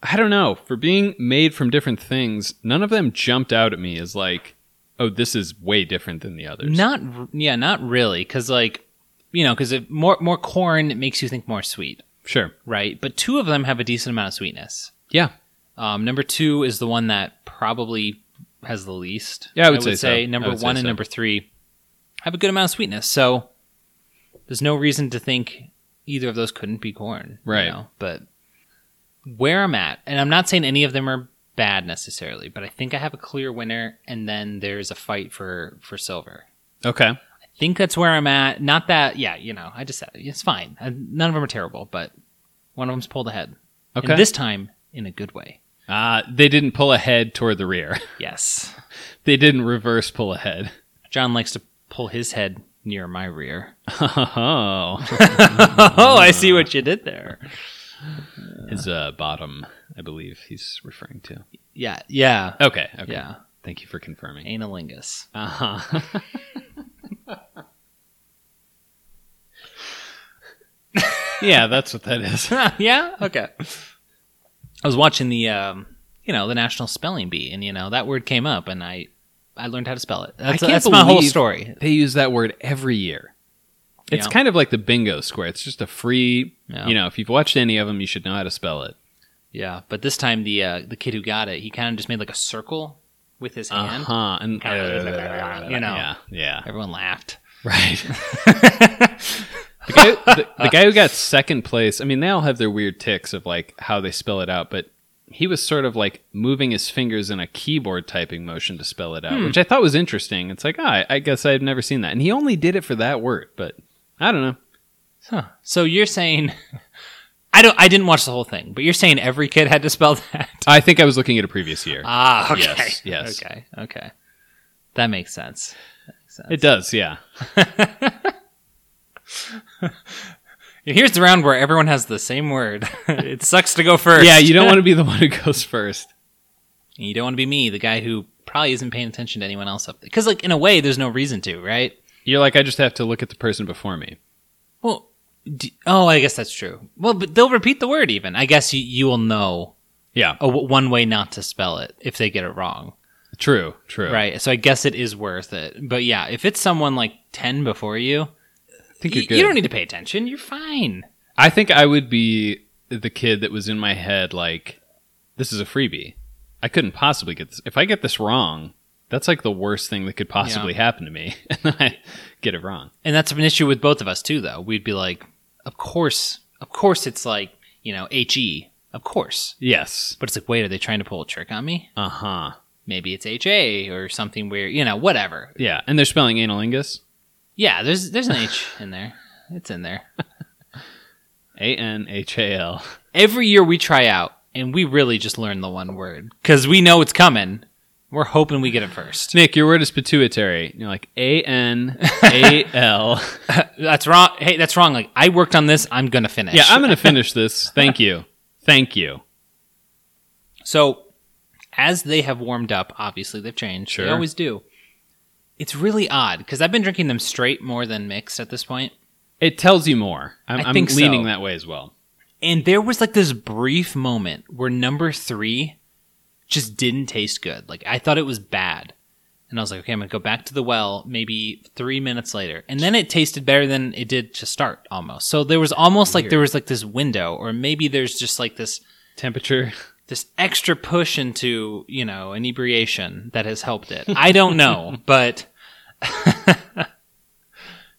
B: I don't know. For being made from different things, none of them jumped out at me as like, oh, this is way different than the others.
A: not r- yeah, not really, because like you know, because more more corn makes you think more sweet,
B: Sure.
A: right? But two of them have a decent amount of sweetness.
B: Yeah.
A: Um, number two is the one that probably has the least.
B: Yeah, I would say so. I
A: number
B: would say
A: one and
B: so.
A: number three have a good amount of sweetness. So there's no reason to think either of those couldn't be corn, you
B: Right.
A: know? But where I'm at, and I'm not saying any of them are bad necessarily, but I think I have a clear winner, and then there's a fight for for silver.
B: Okay.
A: I think that's where I'm at. Not that, yeah, you know, I just said it. it's fine. Uh, None of them are terrible, but one of them's pulled ahead.
B: Okay.
A: and this time in a good way.
B: uh, they didn't pull ahead toward the rear. (laughs)
A: Yes.
B: they didn't reverse pull ahead. (laughs)
A: John likes to pull his head near my rear.
B: Oh,
A: (laughs) oh, I see what you did there.
B: his uh, bottom, I believe he's referring to.
A: Yeah, yeah,
B: Okay, okay.
A: yeah.
B: Thank you for confirming.
A: Analingus.
B: Uh-huh. (laughs) yeah, that's what that is.
A: (laughs) yeah. Okay. I was watching the, um, you know, the National Spelling Bee, and you know that word came up, and I, I learned how to spell it. That's,
B: can't
A: that's my whole
B: believe-
A: story.
B: (laughs) They use that word every year. It's
A: Yeah.
B: kind of like the bingo square. It's just a free,
A: Yeah.
B: you know, if you've watched any of them, you should know how to spell it.
A: Yeah, but this time the uh, the kid who got it, he kind of just made like a circle with his hand.
B: Uh-huh. (laughs) And,
A: You know.
B: Yeah, yeah.
A: Everyone laughed. (laughs)
B: Right. the, guy, the, the guy who got second place, I mean, they all have their weird ticks of like how they spell it out, but he was sort of like moving his fingers in a keyboard typing motion to spell it
A: Hmm.
B: out, which I thought was interesting. It's like, ah, I, I guess I've never seen that. And he only did it for that word, but I don't know.
A: Huh. So you're saying, (laughs) I don't, I didn't watch the whole thing, but you're saying every kid had to spell
B: (laughs)
A: that.
B: I think I was looking at a previous year.
A: Ah, (laughs) okay.
B: Yes, yes.
A: Okay. Okay. That makes sense. That makes sense.
B: it does, yeah.
A: Here's the round where everyone has the same word. (laughs) it sucks to go first.
B: Yeah, you don't want to be the one who goes first.
A: (laughs) you don't want to be me, the guy who probably isn't paying attention to anyone else up there. Because, like, in a way, there's no reason to, right?
B: You're like, I just have to look at the person before me.
A: Well, d oh, I guess that's true. Well, but they'll repeat the word even. I guess you, you will know
B: Yeah,
A: a w- one way not to spell it if they get it wrong.
B: true, true.
A: Right. So I guess it is worth it. But yeah, if it's someone like 10 before you,
B: I think
A: y-
B: you're good.
A: you don't need to pay attention. You're fine.
B: I think I would be the kid that was in my head like, this is a freebie. I couldn't possibly get this. If I get this wrong, that's like the worst thing that could possibly happen to me. (laughs) and then I get it wrong.
A: And that's an issue with both of us too, though. We'd be like, of course, of course it's like, you know, HE, of course.
B: Yes.
A: But it's like, wait, are they trying to pull a trick on me?
B: Uh huh.
A: Maybe it's HA or something weird, you know, whatever.
B: Yeah. And they're spelling analingus
A: Yeah, there's there's an H in there. It's in there.
B: A N H A L.
A: Every year we try out and we really just learned the one word because we know it's coming. We're hoping we get it
B: (laughs)
A: first.
B: Nick, your word is pituitary. You're like A N A
A: (laughs)
B: L.
A: That's wrong. Hey, that's wrong. Like I worked on this. I'm gonna finish.
B: Yeah, I'm going to finish this. Thank you. Thank you.
A: So, as they have warmed up, obviously they've changed. They
B: Sure.
A: always do. It's really odd because I've been drinking them straight more than mixed at this point.
B: It tells you more. I'm,
A: I
B: I'm
A: think so.
B: leaning that way as well.
A: And there was like this brief moment where number three just didn't taste good. Like I thought it was bad. And I was like, okay, I'm going to go back to the well maybe three minutes later. And then it tasted better than it did to start almost. So there was almost like there was like this window, or maybe there's just like this
B: Temperature.
A: this extra push into you know inebriation that has helped it. I don't know, but (laughs)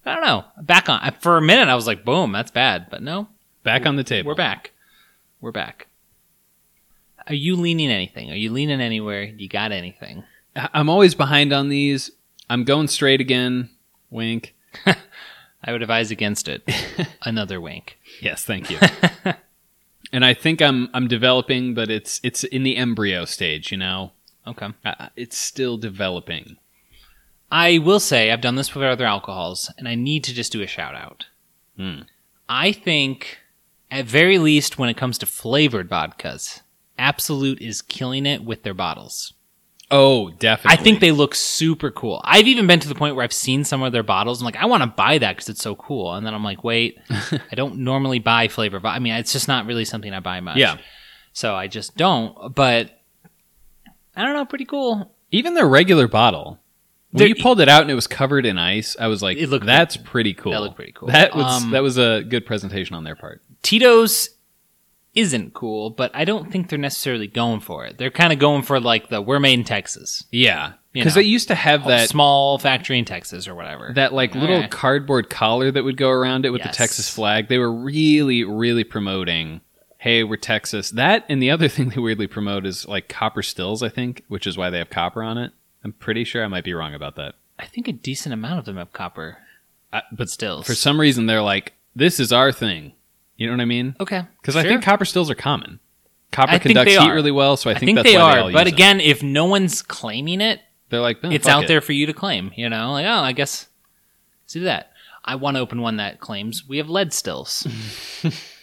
A: I don't know. Back on for a minute, I was like, "Boom, that's bad," but no,
B: Back on the table.
A: we're back. We're back. Are you leaning anything? Are you leaning anywhere? You got anything?
B: I- I'm always behind on these. I'm going straight again. Wink.
A: I would advise against it. Another wink.
B: Yes, (laughs) thank you. and I think I'm I'm developing, but it's it's in the embryo stage. You know,
A: Okay.
B: I- I- it's still developing.
A: I will say I've done this with other alcohols, and I need to just do a shout out.
B: Hmm.
A: I think, at very least, when it comes to flavored vodkas, Absolute is killing it with their bottles.
B: Oh,
A: I
B: definitely.
A: think they look super cool. I've even been to the point where I've seen some of their bottles. I'm like, I want to buy that because it's so cool. And then I'm like, wait,
B: (laughs)
A: I don't normally buy flavored. vo- I mean, it's just not really something I buy much.
B: Yeah.
A: So I just don't. But I don't know. Pretty cool.
B: even their regular bottle. When
A: They're-
B: you pulled it out and it was covered in ice, I was like,
A: It looked
B: "That's pretty cool."
A: That looked pretty cool.
B: That was
A: Um,
B: that was a good presentation on their part.
A: Tito's isn't cool, but I don't think they're necessarily going for it. They're kind of going for like the we're made in Texas,
B: Yeah,
A: you
B: because
A: know.
B: they used to have that
A: small factory in Texas or whatever.
B: that like
A: All
B: little
A: right.
B: cardboard collar that would go around it with
A: Yes.
B: the Texas flag. They were really, really promoting. Hey, we're Texas. That and the other (laughs) thing they weirdly promote is like copper stills. I think, which is why they have copper on it. I'm pretty sure I might be wrong about that.
A: I think a decent amount of them have copper, uh,
B: I, but
A: but still.
B: for some reason, they're like, "This is our thing." You know what I mean?
A: okay,
B: Because I
A: sure.
B: think copper stills are common. Copper
A: I think
B: conducts
A: they
B: heat
A: are.
B: really well, so
A: I
B: I think,
A: think
B: that's
A: they
B: why
A: are. but
B: all use them.
A: again, if no one's claiming it,
B: they're like, "Eh,
A: it's
B: fuck
A: out
B: it."
A: there for you to claim. You know, like oh, I guess let's do that. I want to open one that claims we have lead
B: (laughs)
A: stills.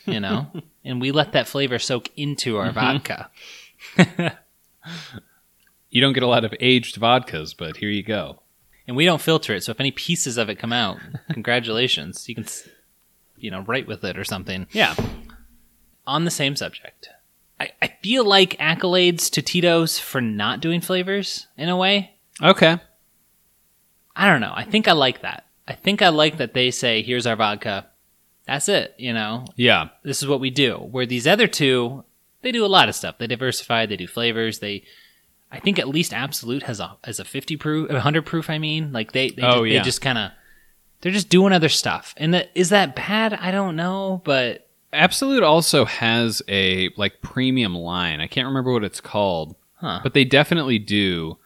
A: you know, and we let that flavor soak into
B: Mm-hmm.
A: our vodka.
B: You don't get a lot of aged vodkas, but here you go.
A: and we don't filter it. So if any pieces of it come
B: (laughs)
A: out, congratulations, you can, s- you know, write with it or something.
B: Yeah,
A: On the same subject, I, I feel like accolades to Tito's for not doing flavors in a way.
B: okay.
A: I don't know. I think I like that. I think I like that they say, "Here's our vodka." That's it. You know,
B: Yeah,
A: this is what we do. Where these other two, they do a lot of stuff. They diversify. They do flavors. They, I think at least Absolute has a has a fifty proof, a hundred proof. I mean, like they, they,
B: Oh,
A: ju- they
B: yeah.
A: just kind of, they're just doing other stuff. And that is that bad? I don't know, but
B: Absolute also has a like premium line. I can't remember what it's called,
A: Huh.
B: but they definitely do.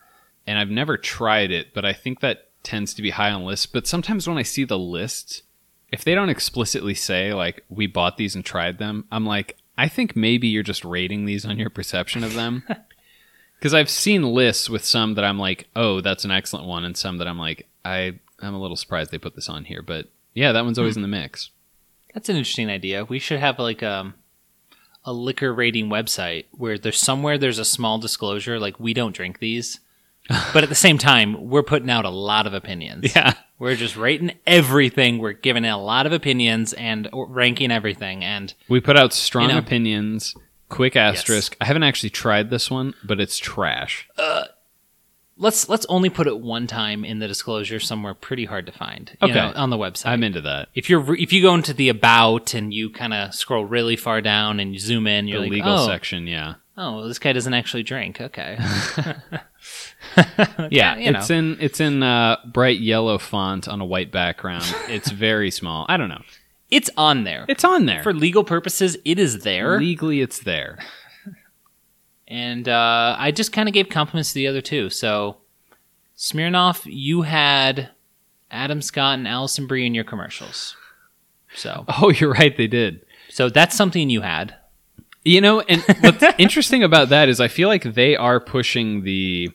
B: And I've never tried it, but I think that tends to be high on lists. But sometimes when I see the list, if they don't explicitly say like we bought these and tried them, I'm like, I think maybe you're just rating these on your perception of them. Because I've seen lists with some that I'm like, oh, that's an excellent one, and some that I'm like, I I'm a little surprised they put this on here, but yeah, that one's always in the mix.
A: that's an interesting idea. We should have like um, a liquor rating website where there's somewhere there's a small disclosure like we don't drink these,
B: (laughs)
A: but at the same time we're putting out a lot of opinions.
B: Yeah.
A: We're just rating everything. We're giving it a lot of opinions and ranking everything. And
B: We put out strong
A: You know?
B: opinions. Quick asterisk. I haven't actually tried this one, but it's trash.
A: uh, let's let's only put it one time in the disclosure somewhere pretty hard to find. you
B: Okay.
A: know, on the website.
B: I'm into that.
A: if you're re- if you go into the about and you kind of scroll really far down and you zoom in,
B: The
A: you're like,
B: legal
A: oh,
B: section, yeah,
A: oh, well, this guy doesn't actually drink.
B: (laughs)
A: Okay,
B: yeah.
A: you know.
B: it's in it's in uh, bright yellow font on a white
A: (laughs)
B: background. it's very small. I don't know.
A: it's on there
B: It's on there.
A: for legal purposes. It is there.
B: Legally, it's there.
A: and uh, I just kind of gave compliments to the other two. So, Smirnoff, you had Adam Scott and Allison Brie in your commercials. So,
B: Oh, you're right. They did.
A: so that's something you had.
B: You know, and what's interesting about that is I feel like they are pushing the,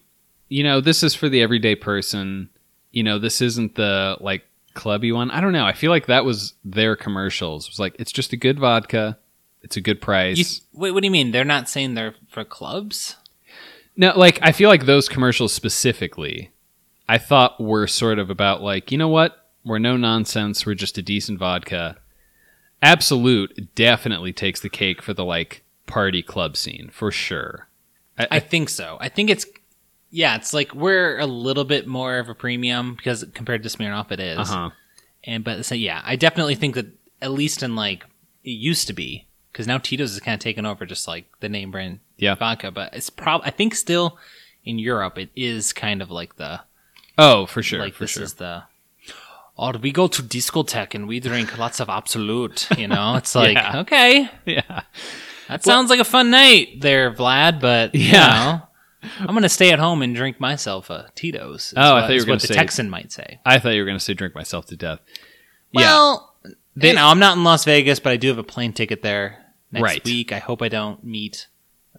B: you know, this is for the everyday person. You know, this isn't the like clubby one. I don't know. I feel like that was their commercials. It was like it's just a good vodka. It's a good price.
A: You, wait, what do you mean? They're not saying they're for clubs?
B: No, like I feel like those commercials specifically, I thought were sort of about like, you know what? We're no nonsense. We're just a decent vodka. Absolute definitely takes the cake for the like party club scene for sure. I,
A: I think so. I think it's yeah, it's like we're a little bit more of a premium because compared to Smirnoff, it is.
B: uh huh.
A: And but so yeah, I definitely think that at least in like it used to be because now Tito's is kind of taken over, just like the name brand
B: Yeah.
A: vodka. But it's probably I think still in Europe it is kind of like the
B: Oh, for sure.
A: like
B: for
A: this
B: sure.
A: is the or we go to discotheque and we drink lots of absolute. You
B: (laughs)
A: know, it's like
B: Yeah.
A: okay,
B: (laughs) yeah.
A: that sounds like a fun night there, Vlad. But you
B: Yeah.
A: know, I'm gonna stay at home and drink myself a Tito's. is
B: Oh, I
A: what-
B: thought you
A: is
B: were gonna
A: what the
B: say-
A: Texan might say.
B: I thought you were gonna say drink myself to death.
A: Well,
B: They-
A: you know, I'm not in Las Vegas, but I do have a plane ticket there next
B: Right.
A: week. I hope I don't meet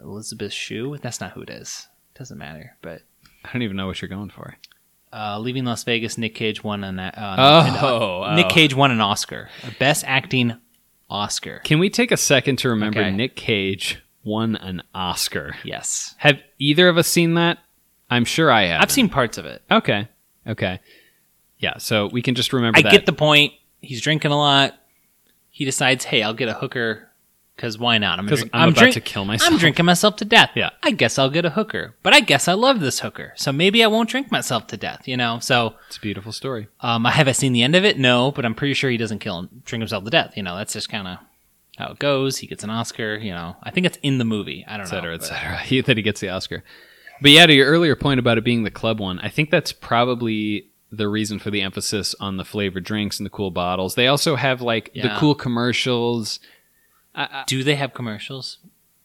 A: Elizabeth Shue. That's not who it is. Doesn't matter. But
B: I don't even know what you're going for.
A: uh, leaving Las Vegas, Nick Cage won an uh,
B: (laughs) Oh,
A: an- Nick
B: oh.
A: Cage won an Oscar, a Best Acting Oscar.
B: Can we take a second to remember
A: Okay.
B: Nick Cage won an Oscar?
A: Yes,
B: Have either of us seen that? I'm sure I have.
A: I've seen parts of it.
B: Okay. Okay. Yeah. So we can just remember
A: I
B: that.
A: get the point. He's drinking a lot. He decides, hey, I'll get a hooker because why not? I'm,
B: 'Cause
A: drink-
B: I'm about
A: drink-
B: to kill myself.
A: I'm drinking myself to death.
B: Yeah.
A: I guess I'll get a hooker, but I guess I love this hooker, so maybe I won't drink myself to death. You know, so
B: it's a beautiful story.
A: um, I haven't seen the end of it, no, but I'm pretty sure he doesn't kill him, drink himself to death. You know, that's just kind of how it goes. He gets an Oscar. You know, I think it's in the movie. I don't
B: Et cetera,
A: know.
B: et
A: but-
B: cetera. (laughs) He, that he gets the Oscar. But yeah, to your earlier point about it being the club one, I think that's probably the reason for the emphasis on the flavored drinks and the cool bottles. They also have like the
A: Yeah.
B: cool commercials.
A: uh, Do they have commercials?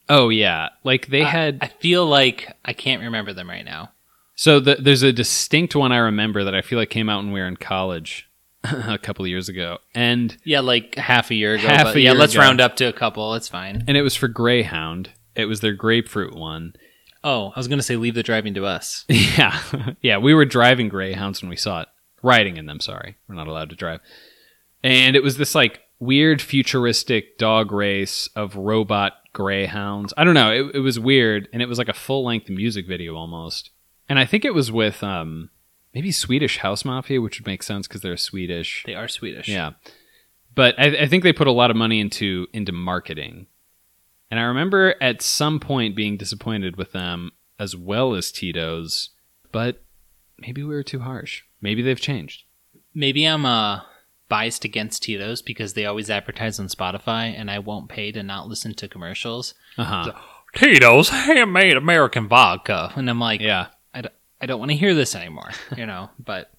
B: Oh yeah, like they had
A: Uh, I feel like I can't remember them right now.
B: So the, there's a distinct one I remember that I feel like came out when we were in college (laughs) a couple of years ago, and
A: Yeah, like half a year ago.
B: Half
A: but
B: a
A: yeah,
B: year
A: let's
B: ago.
A: round up to a couple. It's fine.
B: and it was for Greyhound. It was their grapefruit one.
A: Oh, I was gonna say leave the driving to us.
B: (laughs) Yeah, yeah. We were driving Greyhounds when we saw it, riding in them. Sorry, we're not allowed to drive. And it was this like weird futuristic dog race of robot greyhounds. I don't know. It, it was weird, and it was like a full length music video almost. And I think it was with um, maybe Swedish House Mafia, which would make sense because they're Swedish.
A: They are Swedish.
B: Yeah, but I, I think they put a lot of money into into marketing, and I remember at some point being disappointed with them as well as Tito's, but maybe we were too harsh. Maybe they've changed.
A: Maybe I'm uh biased against Tito's because they always advertise on Spotify and I won't pay to not listen to commercials.
B: Uh huh.
A: Tito's handmade American vodka. And I'm like,
B: Yeah.
A: I, d- I don't want to hear this anymore, you know, (laughs) but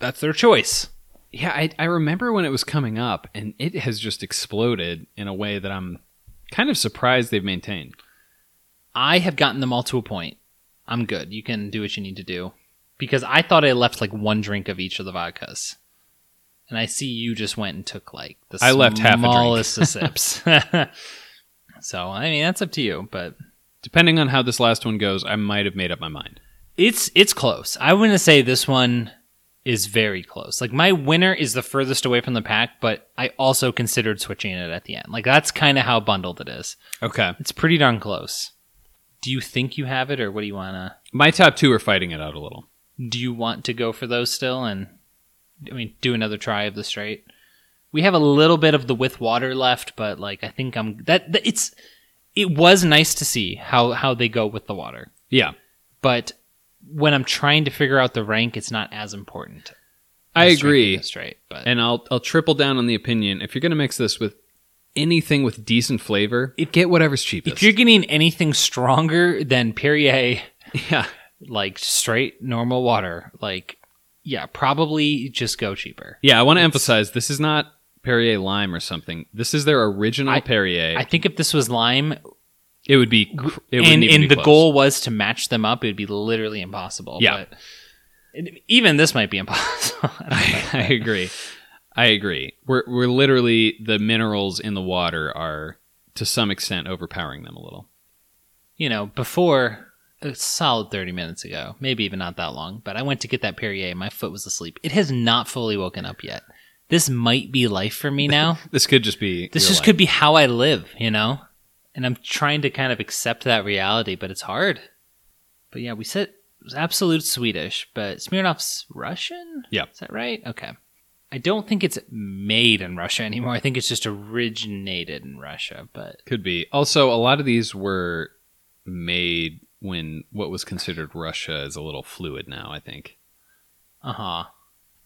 A: that's their choice.
B: Yeah, I, I remember when it was coming up, and it has just exploded in a way that I'm kind of surprised they've maintained.
A: I have gotten them all to a point. I'm good. You can do what you need to do. Because I thought I left like one drink of each of the vodkas. And I see you just went and took like the
B: I left half a drink.
A: smallest of sips. (laughs) so, I mean, that's up to you, but
B: Depending on how this last one goes, I might have made up my mind.
A: It's it's close. I wouldn't say this one is very close. Like my winner is the furthest away from the pack, but I also considered switching it at the end. Like that's kind of how bundled it is.
B: Okay.
A: It's pretty darn close. Do you think you have it, or what do you wanna?
B: My top two are fighting it out a little.
A: Do you want to go for those still? And I mean, do another try of the straight. We have a little bit of the with water left, but like I think I'm that, that it's it was nice to see how how they go with the water.
B: Yeah.
A: but when I'm trying to figure out the rank, it's not as important.
B: I
A: as drinking
B: agree.
A: this straight, but
B: and I'll I'll triple down on the opinion. If you're gonna mix this with anything with decent flavor, get whatever's cheapest.
A: if you're getting anything stronger than Perrier,
B: (laughs) yeah,
A: like straight normal water, like yeah, probably just go cheaper.
B: yeah, I want to emphasize this is not Perrier lime or something. This is their original
A: I-
B: Perrier.
A: I think if this was lime,
B: it would be. cr- It wouldn't
A: and,
B: even
A: and
B: be
A: the
B: close.
A: goal was to match them up, it would be literally impossible.
B: Yeah.
A: But and even this might be impossible. (laughs) I don't know.
B: (laughs) (laughs) I agree. I agree. We're we're literally the minerals in the water are to some extent overpowering them a little.
A: you know, before a solid 30 minutes ago, maybe even not that long, but I went to get that Perrier. My foot was asleep. It has not fully woken up yet. This might be life for
B: (laughs)
A: me now.
B: This could just be
A: this
B: real
A: just
B: life.
A: could be how I live, you know? And I'm trying to kind of accept that reality, but it's hard. But yeah, we said it was absolute Swedish, but Smirnoff's Russian?
B: Yeah.
A: Is that right? Okay. I don't think it's made in Russia anymore. I think it's just originated in Russia, but
B: could be. Also, a lot of these were made when what was considered Russia is a little fluid now. I think
A: uh huh.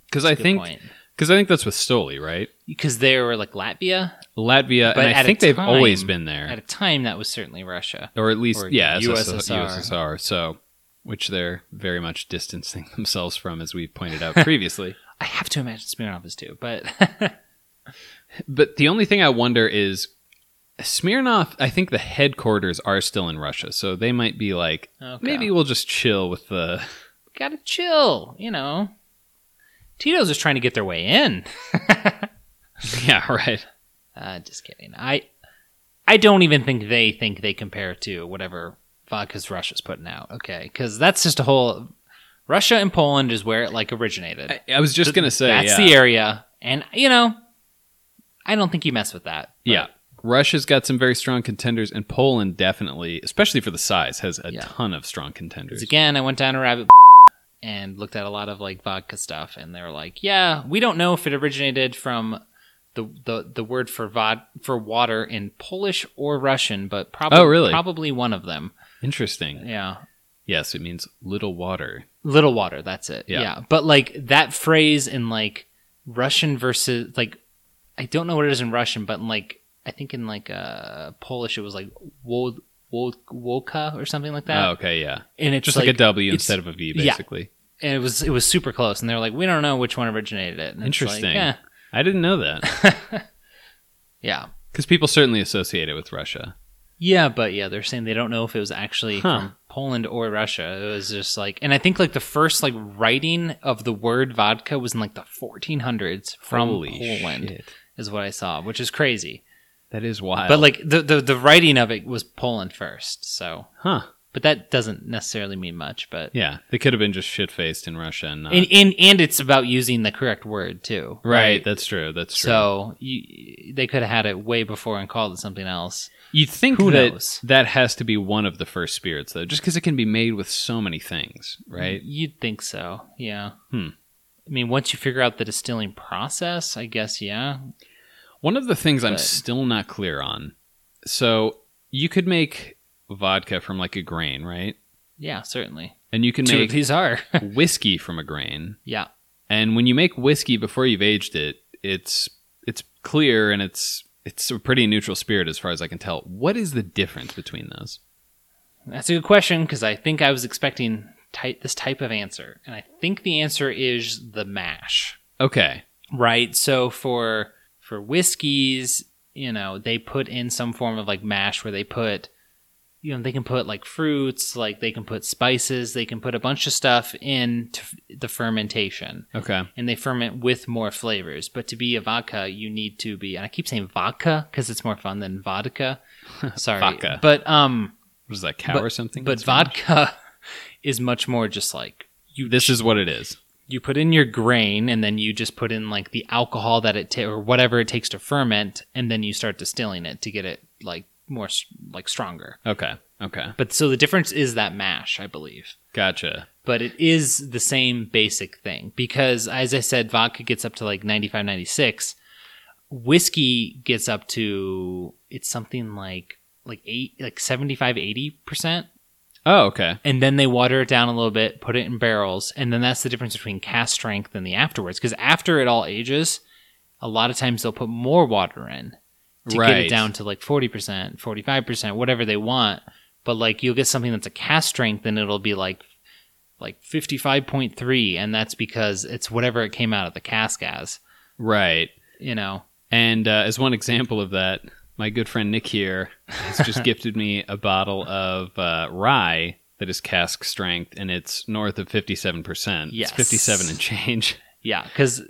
B: because I
A: Good
B: think
A: point.
B: because I think that's with Stoli, right?
A: Because they were like Latvia.
B: Latvia,
A: But
B: and I
A: at a
B: think they've always
A: time-
B: been there,
A: At a time, that was certainly Russia.
B: or at least
A: or
B: yeah,
A: USSR.
B: USSR. USSR. So, which they're very much distancing (laughs) themselves from, as we've pointed
A: (laughs)
B: out previously.
A: I have to imagine Smirnoff is too, but (laughs)
B: But the only thing I wonder is Smirnov, I think the headquarters are still in Russia, so they might be like,
A: Okay.
B: maybe we'll just chill with the. (laughs)
A: gotta chill, you know. Tito's just trying to get their way in.
B: yeah, right.
A: Uh, just kidding. I I don't even think they think they compare to whatever vodkas Russia's putting out. Okay, because that's just a whole. Russia and Poland is where it like originated.
B: I, I was just going to say,
A: that's
B: yeah,
A: the area, and you know, I don't think you mess with that. but-
B: yeah. Russia's got some very strong contenders, and Poland definitely, especially for the size, has a
A: Yeah.
B: ton of strong
A: 'Cause
B: contenders.
A: again, I went down a rabbit and looked at a lot of like vodka stuff, and they were like, "Yeah, we don't know if it originated from the the, the word for vod for water in Polish or Russian, but probably
B: Oh, really?
A: probably one of them.
B: Interesting.
A: Yeah,
B: Yes, it means little water.
A: little water. That's it.
B: Yeah.
A: Yeah. but like that phrase in like Russian versus like I don't know what it is in Russian, but in like I think in like uh Polish it was like wod, wod, woka or something like that,
B: oh, okay, yeah.
A: and it's
B: Just like, a W
A: it's-
B: instead of a V,
A: yeah.
B: basically.
A: and it was it was super close and they were like we don't know which one originated it and it's like,
B: Interesting.
A: eh,
B: I didn't
A: (laughs)
B: know that.
A: yeah
B: Because people certainly associate it with Russia.
A: yeah but yeah they're saying they don't know if it was actually
B: Huh.
A: from poland or russia it was just like and i think like the first like writing of the word vodka was in like the 1400s from
B: Holy
A: poland
B: shit.
A: is what i saw which is crazy
B: That is wild.
A: but like the, the the writing of it was poland first so
B: huh.
A: but that doesn't necessarily mean much but
B: Yeah, they could have been just shit faced in Russia and not.
A: and, and and it's about using the correct word too
B: Uh, right, that's true. That's true.
A: So you, they could have had it way before and called it something else.
B: you think
A: who
B: that
A: knows?
B: that has to be one of the first spirits, though, just because it can be made with so many things, right?
A: You'd think so. Yeah.
B: Hmm.
A: I mean, once you figure out the distilling process, I guess, yeah.
B: One of the things I'm
A: But-
B: still not clear on. So you could make vodka from like a grain, right?
A: Yeah, certainly.
B: And you can
A: Two of
B: make
A: these are. (laughs)
B: whiskey from a grain.
A: yeah.
B: And when you make whiskey before you've aged it, it's it's clear and it's it's a pretty neutral spirit as far as I can tell. What is the difference between those?
A: That's a good question because I think I was expecting type, this type of answer. And I think the answer is the mash.
B: Okay.
A: right so for for whiskeys you know they put in some form of like mash where they put you know they can put like fruits like they can put spices they can put a bunch of stuff in to f- the fermentation
B: Okay.
A: and they ferment with more flavors but to be a vodka you need to be and i keep saying vodka because it's more fun than vodka
B: (laughs)
A: sorry
B: Vodka.
A: but um
B: Was that cow
A: But-
B: or something?
A: but
B: That's fine.
A: vodka (laughs) is much more just like you
B: This is what it is.
A: you put in your grain and then you just put in like the alcohol that it ta- or whatever it takes to ferment and then you start distilling it to get it like more s- like stronger
B: Okay. Okay.
A: but so the difference is that mash i believe
B: Gotcha.
A: but it is the same basic thing because as i said vodka gets up to like 95 96 whiskey gets up to it's something like like 8 like 75 80%
B: Oh, okay.
A: and then they water it down a little bit, put it in barrels, and then that's the difference between cast strength and the afterwards. Because after it all ages, a lot of times they'll put more water in to get
B: Right.
A: it down to like forty percent, forty five percent, whatever they want. But like you'll get something that's a cast strength, and it'll be like like fifty five point three, and that's because it's whatever it came out of the cask as.
B: Right.
A: You know,
B: And uh, as one example of that, my good friend Nick here has
A: (laughs)
B: just gifted me a bottle of uh, rye that is cask strength and it's north of 57%.
A: Yes.
B: It's 57 and change.
A: Yeah, because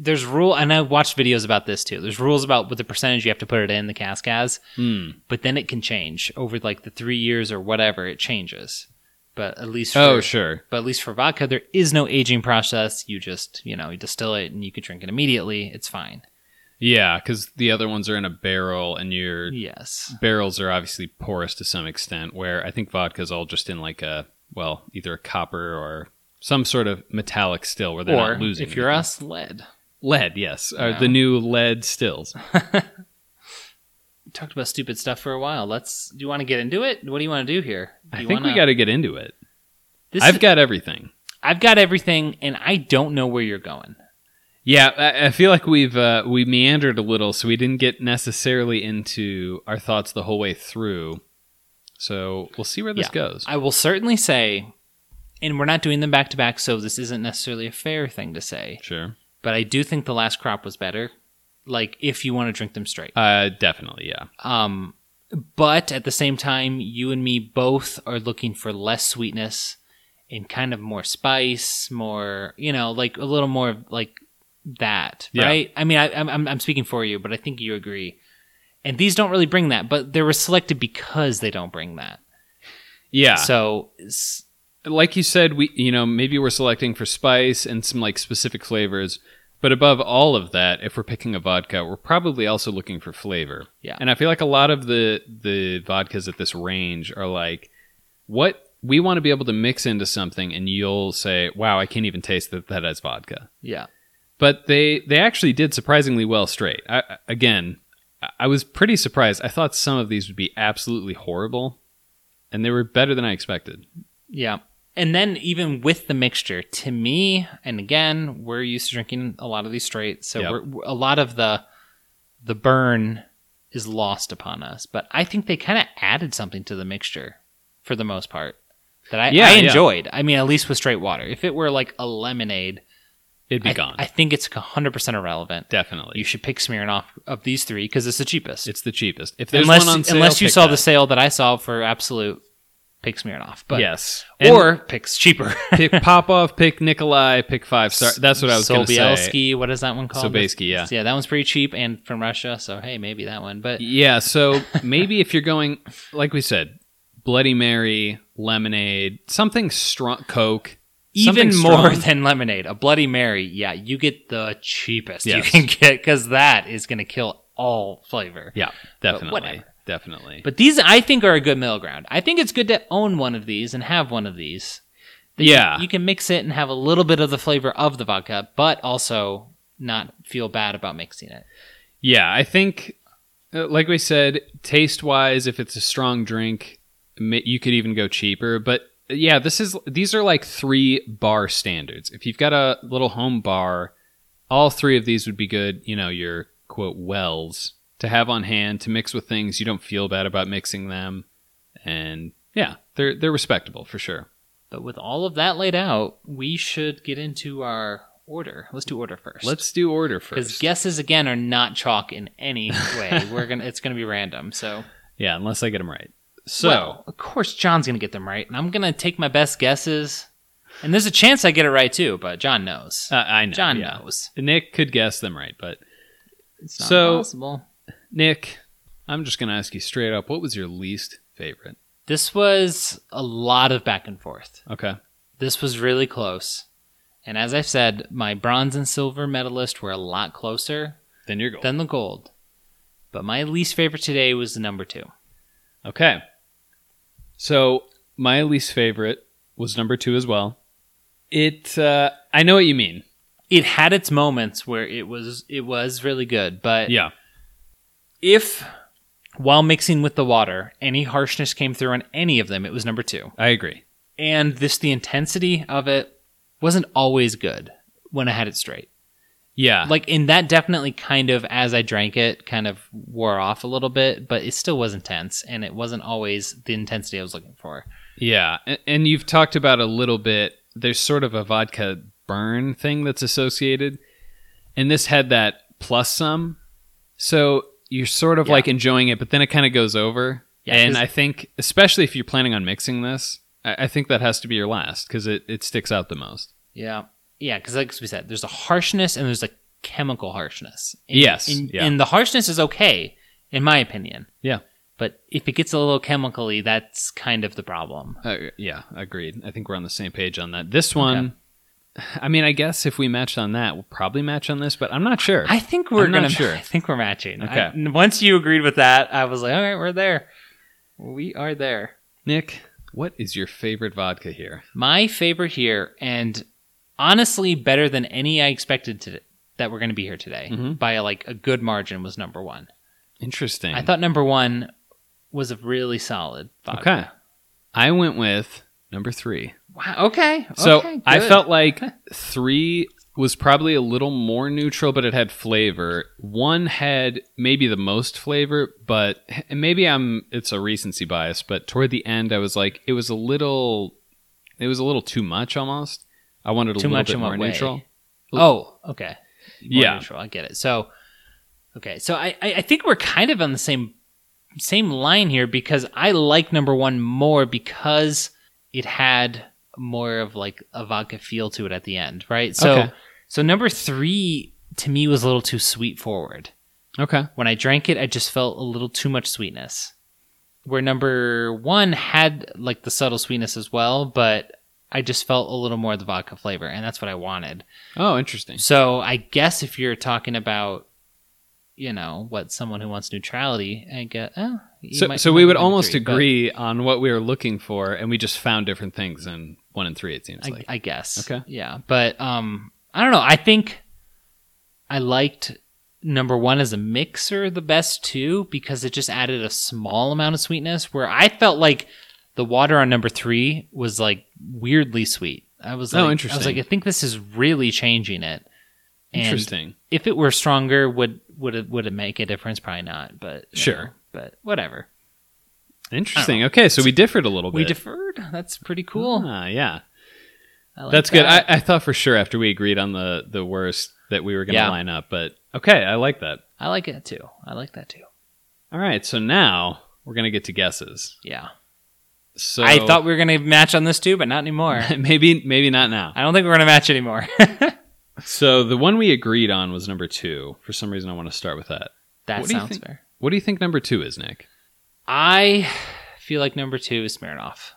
A: there's rule, and I watched videos about this too. There's rules about what the percentage you have to put it in the cask as,
B: Mm.
A: but then it can change over like the three years or whatever. It changes, but at least for,
B: Oh, sure.
A: but at least for vodka, there is no aging process. You just you know you distill it and you can drink it immediately. It's fine.
B: Yeah, because the other ones are in a barrel, and your
A: Yes.
B: barrels are obviously porous to some extent. Where I think vodka's all just in like a well, either a copper or some sort of metallic still, where they're
A: or
B: not losing.
A: if you're
B: anything.
A: us, lead.
B: lead, yes,
A: Yeah.
B: are the new lead stills.
A: We talked about stupid stuff for a while. Let's. Do you want to get into it? What do you want to do here? Do
B: I
A: you
B: think we
A: wanna-
B: got to get into it.
A: This
B: I've
A: is-
B: got everything.
A: I've got everything, and I don't know where you're going.
B: Yeah, I, I feel like we've uh, we meandered a little, so we didn't get necessarily into our thoughts the whole way through. So we'll see where this
A: Yeah.
B: goes.
A: I will certainly say, and we're not doing them back to back, so this isn't necessarily a fair thing to say,
B: sure.
A: but I do think the last crop was better. Like, if you want to drink them straight.
B: Uh, definitely, yeah.
A: Um, but at the same time, you and me both are looking for less sweetness and kind of more spice, more, you know, like a little more of like that,
B: Yeah.
A: right? I mean, I, I'm- I'm, I'm speaking for you, but I think you agree. And these don't really bring that, but they were selected because they don't bring that.
B: Yeah.
A: So, s-
B: like you said, we you know maybe we're selecting for spice and some like specific flavors, but above all of that, if we're picking a vodka, we're probably also looking for flavor.
A: Yeah.
B: and I feel like a lot of the the vodkas at this range are like what we want to be able to mix into something, and you'll say, "Wow, I can't even taste that that is vodka."
A: yeah.
B: But they they actually did surprisingly well straight. I, I- again, I- I was pretty surprised. I thought some of these would be absolutely horrible, and they were better than I expected.
A: Yeah. And then even with the mixture, to me, and again, we're used to drinking a lot of these straight, so
B: Yep.
A: we're, we're- a lot of the the burn is lost upon us. But I think they kind of added something to the mixture for the most part that I,
B: Yeah,
A: I
B: yeah.
A: enjoyed. I mean, at least with straight water. If it were like a lemonade,
B: It'd be
A: I,
B: gone.
A: I think it's 100% irrelevant.
B: Definitely.
A: You should pick Smirnoff of these three because it's the cheapest.
B: It's the cheapest. If there's
A: unless
B: one on sale,
A: unless you
B: pick
A: saw
B: that.
A: the sale that I saw for absolute, pick Smirnoff. But
B: yes, or
A: or picks cheaper. (laughs)
B: (laughs) pick Popov, pick Nikolai, pick five star. That's what I was going to say.
A: Sobielski, what is that one called?
B: Sobielski, yeah.
A: Yeah, that one's pretty cheap and from Russia, so hey, maybe that one. But
B: Yeah, (laughs) so maybe if you're going, like we said, Bloody Mary, lemonade, something strong, Coke, something
A: even more
B: strong.
A: (laughs) than lemonade, a Bloody Mary, yeah, you get the cheapest you
B: Yes.
A: can get because that is going to kill all flavor.
B: yeah, definitely,
A: whatever.
B: definitely.
A: But these, I think, are a good middle ground. I think it's good to own one of these and have one of these. That you-
B: Yeah.
A: You can mix it and have a little bit of the flavor of the vodka, but also not feel bad about mixing it.
B: Yeah, I think, uh, like we said, taste wise, if it's a strong drink, ma- you could even go cheaper. But uh, yeah, this is these are like three bar standards. If you've got a little home bar, all three of these would be good. You know, your quote wells to have on hand to mix with things. You don't feel bad about mixing them, and yeah, they're they're respectable for sure.
A: But with all of that laid out, we should get into our order. Let's do order first.
B: Let's do order
A: because
B: first.
A: guesses again are not chalk in any
B: (laughs)
A: way. We're gonna it's gonna be random. So
B: yeah, unless I get them right. So
A: Well, of course John's gonna get them right, and I'm gonna take my best guesses. And there's a chance I get it right too, but John knows.
B: uh, I know
A: John
B: yeah.
A: knows.
B: Nick could guess them right, but
A: It's not
B: So-
A: possible.
B: Nick, I'm just going to ask you straight up what was your least favorite?
A: This was a lot of back and forth.
B: Okay.
A: This was really close. And as I've said, my bronze and silver medalist were a lot closer
B: Then your goal.
A: than the gold. But my least favorite today was the number two.
B: okay. So, my least favorite was number 2 as well. It uh I know what you mean.
A: It had its moments where it was it was really good, but
B: Yeah.
A: if while mixing with the water any harshness came through on any of them it was number two
B: I agree.
A: and this the intensity of it wasn't always good when i had it straight
B: Yeah.
A: like and that definitely kind of as i drank it kind of wore off a little bit but it still was intense and it wasn't always the intensity i was looking for
B: yeah. And, and you've talked about a little bit there's sort of a vodka burn thing that's associated and this had that plus some. So, you're sort of
A: Yeah.
B: like enjoying it, but then it kind of goes over.
A: Yeah,
B: and
A: 'cause-
B: I think, especially if you're planning on mixing this, I, I think that has to be your last because it, it sticks out the most.
A: yeah yeah, because like we said, there's a harshness and there's a chemical harshness. And,
B: Yes,
A: and,
B: yeah.
A: and the harshness is okay, in my opinion.
B: Yeah.
A: But if it gets a little chemically, that's kind of the problem.
B: Uh, yeah, agreed. I think we're on the same page on that. This one, I mean, I guess if we matched on that, we'll probably match on this, but I'm not sure.
A: I think we're
B: I'm not
A: gonna.
B: sure.
A: I think we're matching.
B: Okay.
A: I- n- once you agreed with that, I was like, all right, we're there. We are there.
B: Nick, what is your favorite vodka here?
A: My favorite here, and honestly, better than any I expected to, that we're going to be here today
B: Mhm.
A: by like a good margin was number one.
B: Interesting.
A: I thought number one was a really solid vodka.
B: okay. I went with number three.
A: Wow. Okay.
B: So
A: okay,
B: I
A: good.
B: felt like three was probably a little more neutral, but it had flavor. One had maybe the most flavor, but and maybe I'm it's a recency bias, but toward the end I was like it was a little it was a little too much almost. I wanted a
A: Too
B: little
A: much
B: bit
A: in
B: more
A: what way?
B: neutral.
A: Oh, okay. More
B: Yeah.
A: neutral, I get it. So, okay. So I, I, I think we're kind of on the same same line here because I like number one more because it had more of like a vodka feel to it at the end, right? So,
B: Okay.
A: so number three to me was a little too sweet forward.
B: Okay.
A: When I drank it, I just felt a little too much sweetness. Where number one had like the subtle sweetness as well, but I just felt a little more of the vodka flavor, and that's what I wanted.
B: Oh, interesting.
A: So I guess if you're talking about, you know, what someone who wants neutrality, I guess. Oh, you
B: So,
A: might-
B: so
A: you
B: we
A: might
B: would
A: be
B: almost
A: but
B: agree on what we were looking for, and we just found different things in one and three. It seems
A: I,
B: like
A: I guess.
B: Okay.
A: Yeah, but um, I don't know. I think I liked number one as a mixer the best too because it just added a small amount of sweetness. Where I felt like the water on number three was like weirdly sweet. I was
B: Oh,
A: like, I was
B: interesting.
A: like, I think this is really changing it. And
B: interesting.
A: if it were stronger, would would it would it make a difference? Probably not. But you
B: Sure.
A: know, but whatever.
B: Interesting. Okay, so we differed a little bit.
A: We deferred. That's pretty cool.
B: Ah, yeah.
A: I like
B: That's
A: that.
B: good. I, I thought for sure after we agreed on the the worst that we were going to
A: Yeah.
B: line up, but okay, I like that.
A: I like it too. I like that too.
B: All right, so now we're going to get to guesses.
A: Yeah.
B: So
A: I thought we were gonna match on this too, but not
B: (laughs)
A: anymore.
B: maybe maybe not now.
A: I don't think we're gonna match anymore. (laughs)
B: So the one we agreed on was number two. For some reason, I want to start with that.
A: that
B: What do you
A: sounds
B: think?
A: fair.
B: What do you think number two is, Nick?
A: I feel like number two is Smirnoff.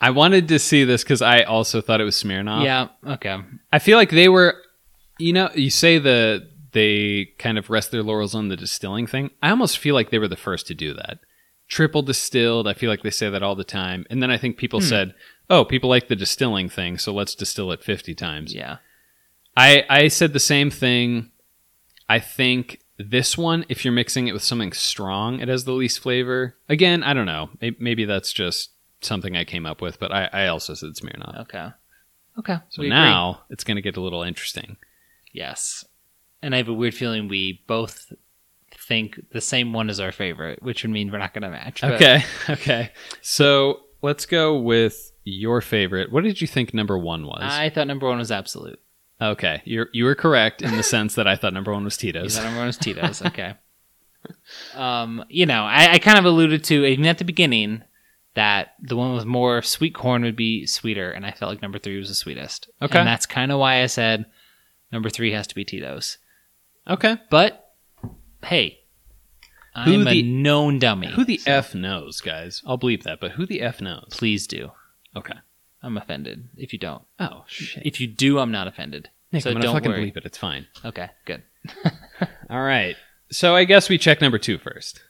B: I wanted to see this because I also thought it was Smirnoff.
A: yeah. Okay.
B: I feel like they were, you know, you say the they kind of rest their laurels on the distilling thing. I almost feel like they were the first to do that. Triple distilled. I feel like they say that all the time. And then I think
A: Hmm.
B: people said, "Oh, people like the distilling thing, so let's distill it 50 times."
A: Yeah.
B: I I said the same thing. I think this one, if you're mixing it with something strong, it has the least flavor. Again, I don't know. May- Maybe that's just something I came up with, but I, I also said Smirnoff.
A: Okay. Okay.
B: So
A: we agree.
B: now it's going to get a little interesting.
A: yes, and I have a weird feeling we both think the same one is our favorite, which would mean we're not gonna match. but-
B: Okay. (laughs) Okay. So let's go with your favorite. What did you think number one was?
A: I thought number one was absolute.
B: okay. You're, you were correct
A: (laughs)
B: in the sense that I thought number one was
A: You
B: Tito's.
A: thought number one was
B: (laughs)
A: Tito's. Okay. um, you know, I, I kind of alluded to even at the beginning that the one with more sweet corn would be sweeter, and I felt like number three was the sweetest.
B: Okay.
A: And that's kind of why I said number three has to be Tito's.
B: Okay.
A: But hey,
B: Who
A: I'm
B: the-
A: a known dummy.
B: Who the
A: so
B: F knows, guys? I'll bleep that, but who the F knows?
A: Please do.
B: Okay.
A: I'm offended if you don't.
B: Oh, shit.
A: If you do, I'm not offended.
B: Nick,
A: so
B: I'm going to
A: don't
B: fucking
A: worry.
B: bleep it. It's fine.
A: Okay, good.
B: All right. So I guess we check number two first.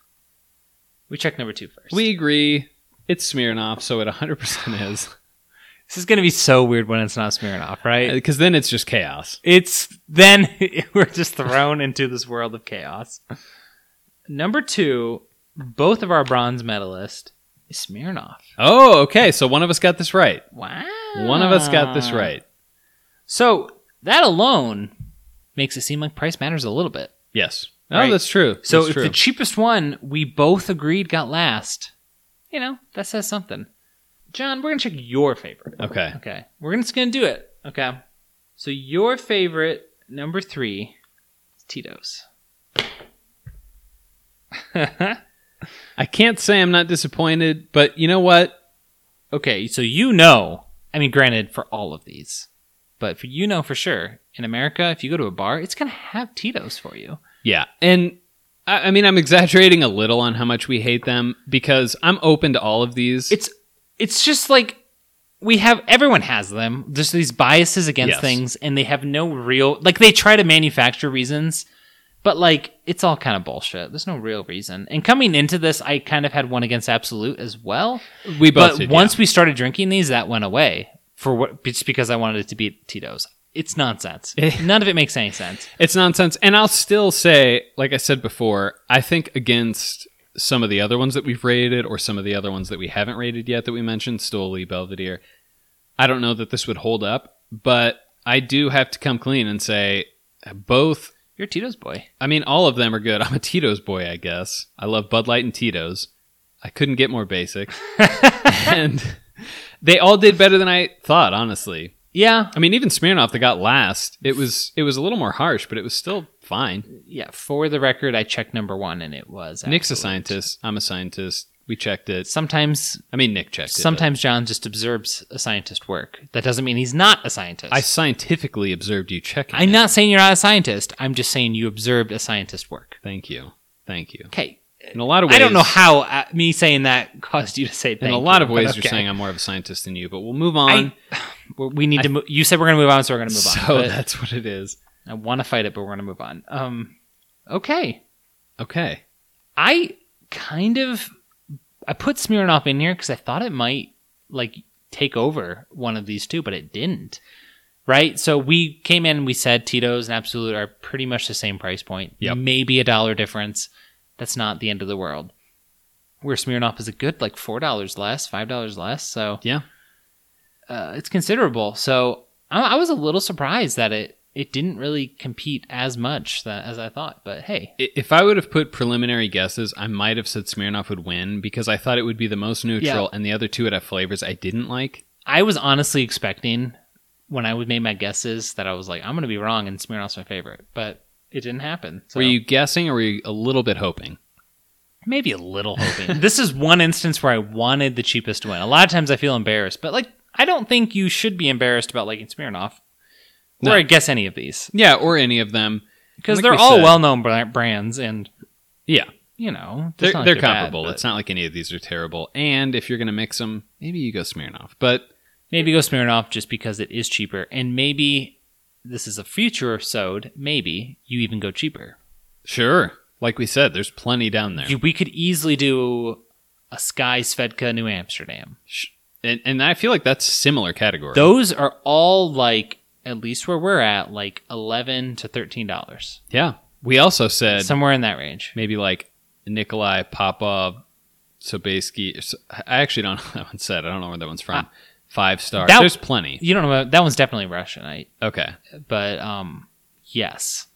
A: We check number two first.
B: We agree. It's Smirnoff, so it 100% is.
A: this is going to be so weird when it's not Smirnoff, right?
B: Because then it's just chaos.
A: It's then (laughs) we're just thrown into this world of chaos. Number two, both of our bronze medalists is Smirnoff.
B: Oh, okay. So one of us got this right.
A: Wow.
B: One of us got
A: Ah.
B: this right.
A: So that alone makes it seem like price matters a little bit.
B: Yes. Oh,
A: Right.
B: that's true.
A: So
B: That's
A: if
B: true.
A: the cheapest one we both agreed got last, you know, that says something. John, we're gonna check your favorite.
B: Okay.
A: Okay. We're gonna- just gonna do it. Okay. So your favorite number three is Tito's. (laughs)
B: I can't say I'm not disappointed, but you know what?
A: Okay, so you know, I mean, granted, for all of these, But for, you know for sure, in America, if you go to a bar, it's going to have Tito's for you.
B: Yeah. And I, I mean, I'm exaggerating a little on how much we hate them because I'm open to all of these.
A: It's it's just like we have everyone has them. There's these biases against
B: Yes.
A: things and they have no real like they try to manufacture reasons, but like it's all kind of bullshit. There's no real reason. And coming into this, I kind of had one against absolute as well.
B: we both
A: but
B: did, yeah.
A: once we started drinking these, that went away for what just because I wanted it to be Tito's. It's nonsense.
B: Eh.
A: (laughs) None of it makes any sense.
B: It's nonsense. And I'll still say, like I said before, I think against some of the other ones that we've rated or some of the other ones that we haven't rated yet that we mentioned, Stoli, Belvedere, I don't know that this would hold up, but I do have to come clean and say both.
A: You're a Tito's boy.
B: I mean, all of them are good. (laughs) I'm a Tito's boy, I guess. I love Bud Light and Tito's. I couldn't get
A: (laughs)
B: more basic. and they all did better than I thought, honestly.
A: Yeah,
B: I mean, even Smirnoff that got last, it was it was a little more harsh, but it was still fine.
A: yeah. For the record, I checked number one, and it was
B: Nick's a
A: Absolute.
B: scientist. I'm a scientist. We checked it.
A: Sometimes,
B: I mean, Nick checked it. but
A: sometimes John just observes a scientist work. That doesn't mean he's not a scientist.
B: I scientifically observed you checking.
A: I'm
B: it.
A: not saying you're not a scientist. I'm just saying you observed a scientist work.
B: Thank you. Thank you.
A: Okay.
B: In a lot of ways,
A: I don't know how uh, me saying that caused you to say.
B: In
A: thank
B: a lot
A: you,
B: of ways,
A: but
B: you're
A: okay.
B: saying I'm more of a scientist than you. But we'll move on.
A: I- (sighs) we need to. Mo- you said we're going to move on, so we're going to move on.
B: so
A: But-
B: that's what it is.
A: I want to fight it, but we're going to move on. Um, okay.
B: Okay.
A: I kind of I put Smirnoff in here because I thought it might like take over one of these two, but it didn't. Right? So we came in and we said Tito's and Absolute are pretty much the same price point.
B: Yep.
A: Maybe a dollar difference. That's not the end of the world. Where Smirnoff is a good like four dollars less, five dollars less. So
B: Yeah.
A: uh, it's considerable. So I, I was a little surprised that it it didn't really compete as much that, as I thought. But hey,
B: I- If I would have put preliminary guesses, I might have said Smirnoff would win because I thought it would be the most neutral, and the other two would have flavors I didn't like.
A: I was honestly expecting when I would make my guesses that I was like, I'm going to be wrong and Smirnoff's my favorite, but it didn't happen. So
B: Were you guessing, or were you a little bit hoping?
A: maybe a
B: (laughs)
A: little hoping. this is one instance where I wanted the cheapest to win. A lot of times I feel embarrassed, but like I don't think you should be embarrassed about liking Smirnoff
B: No.
A: or I guess any of these
B: Yeah, or any of them.
A: because
B: Like
A: they're
B: we
A: all
B: said-
A: well-known bra- brands and
B: Yeah.
A: you know it's
B: they're,
A: not like
B: they're
A: bad,
B: comparable.
A: but
B: it's not like any of these are terrible. And if you're going to mix them, maybe you go Smirnoff. But
A: maybe go Smirnoff just because it is cheaper, and maybe this is a future episode. Maybe you even go cheaper.
B: sure, like we said, there's plenty down there.
A: You- we could easily do a Sky Svedka New Amsterdam.
B: Sh- and, and I feel like that's similar category.
A: Those are all like at least where we're at, like eleven to thirteen dollars,
B: yeah. We also said
A: somewhere in that range.
B: maybe like Nikolai Popov, Sobieski. S- I actually don't (laughs) know what that one said. I don't know where that one's from. Five star.
A: Ah. that-
B: there's plenty.
A: You don't know about- that one's definitely Russian, I
B: Okay.
A: but um, yes,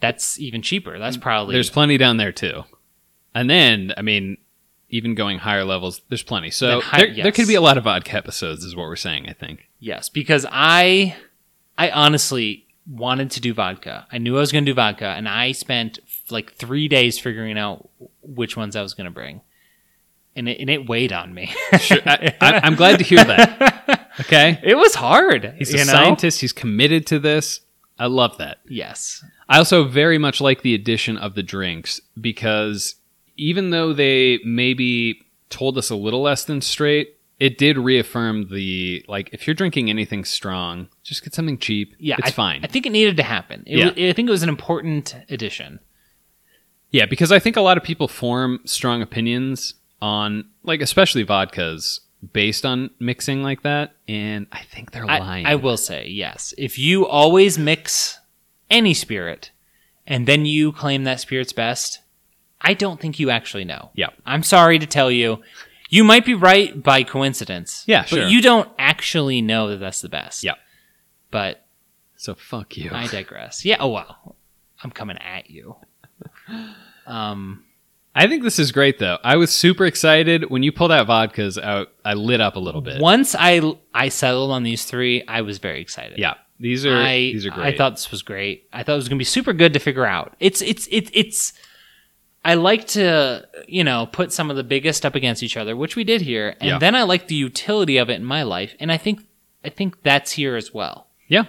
A: that's even cheaper. That's probably
B: Mm, There's plenty down there too. And then, I mean, even going higher levels, there's plenty. So
A: Then hi-
B: there, there
A: yes.
B: could be a lot of vodka episodes, is what we're saying, I think.
A: Yes, because I I honestly wanted to do vodka. I knew I was going to do vodka and I spent f- like 3 days figuring out which ones I was going to bring. And it, and it weighed on me.
B: Sure, I, I, I'm glad to hear that. Okay.
A: (laughs) it was hard.
B: He's
A: you
B: a
A: know?
B: scientist. He's committed to this. I love that.
A: Yes.
B: I also very much like the addition of the drinks because even though they maybe told us a little less than straight, it did reaffirm the like if you're drinking anything strong, just get something cheap.
A: Yeah,
B: it's
A: I-
B: fine.
A: I think it needed to happen. It,
B: Yeah.
A: wa- I think it was an important addition.
B: yeah, because I think a lot of people form strong opinions on like especially vodkas based on mixing like that, and I think they're lying.
A: I, I will say yes. If you always mix any spirit, and then you claim that spirit's best, I don't think you actually know.
B: Yeah.
A: I'm sorry to tell you, you might be right by coincidence.
B: Yeah,
A: but
B: sure.
A: you don't actually know that that's the best.
B: Yeah.
A: but
B: so fuck you.
A: I digress. Yeah. Oh wow, I'm coming at
B: (laughs)
A: you. Um.
B: I think this is great though. I was super excited when you pulled out vodkas. I, I lit up a little bit.
A: Once I I settled on these three, I was very excited.
B: Yeah, these are
A: I,
B: these are great.
A: I thought this was great. I thought it was going to be super good to figure out. It's it's it's it's. I like to you know put some of the biggest up against each other, which we did here, and
B: Yeah.
A: then I like the utility of it in my life, and I think I think that's here as well.
B: Yeah.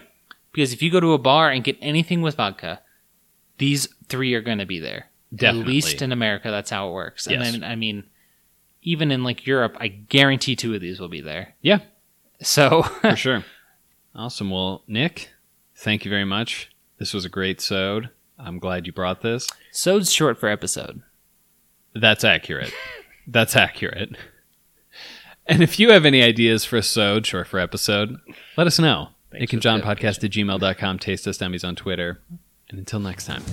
A: Because if you go to a bar and get anything with vodka, these three are going to be there.
B: Definitely.
A: At least in America, that's how it works. And
B: Yes.
A: then, I mean, even in like Europe, I guarantee two of these will be there.
B: Yeah.
A: So, (laughs)
B: For sure. (laughs) Awesome. Well, Nick, thank you very much. This was a great sode. I'm glad you brought this.
A: so's short for episode.
B: That's (laughs) accurate. That's accurate. And if you have any ideas for a sode, short for episode, let us know.
A: Thanks
B: Nick and
A: for the
B: John podcast at gmail.com. Taste us dummies on Twitter. And until next time.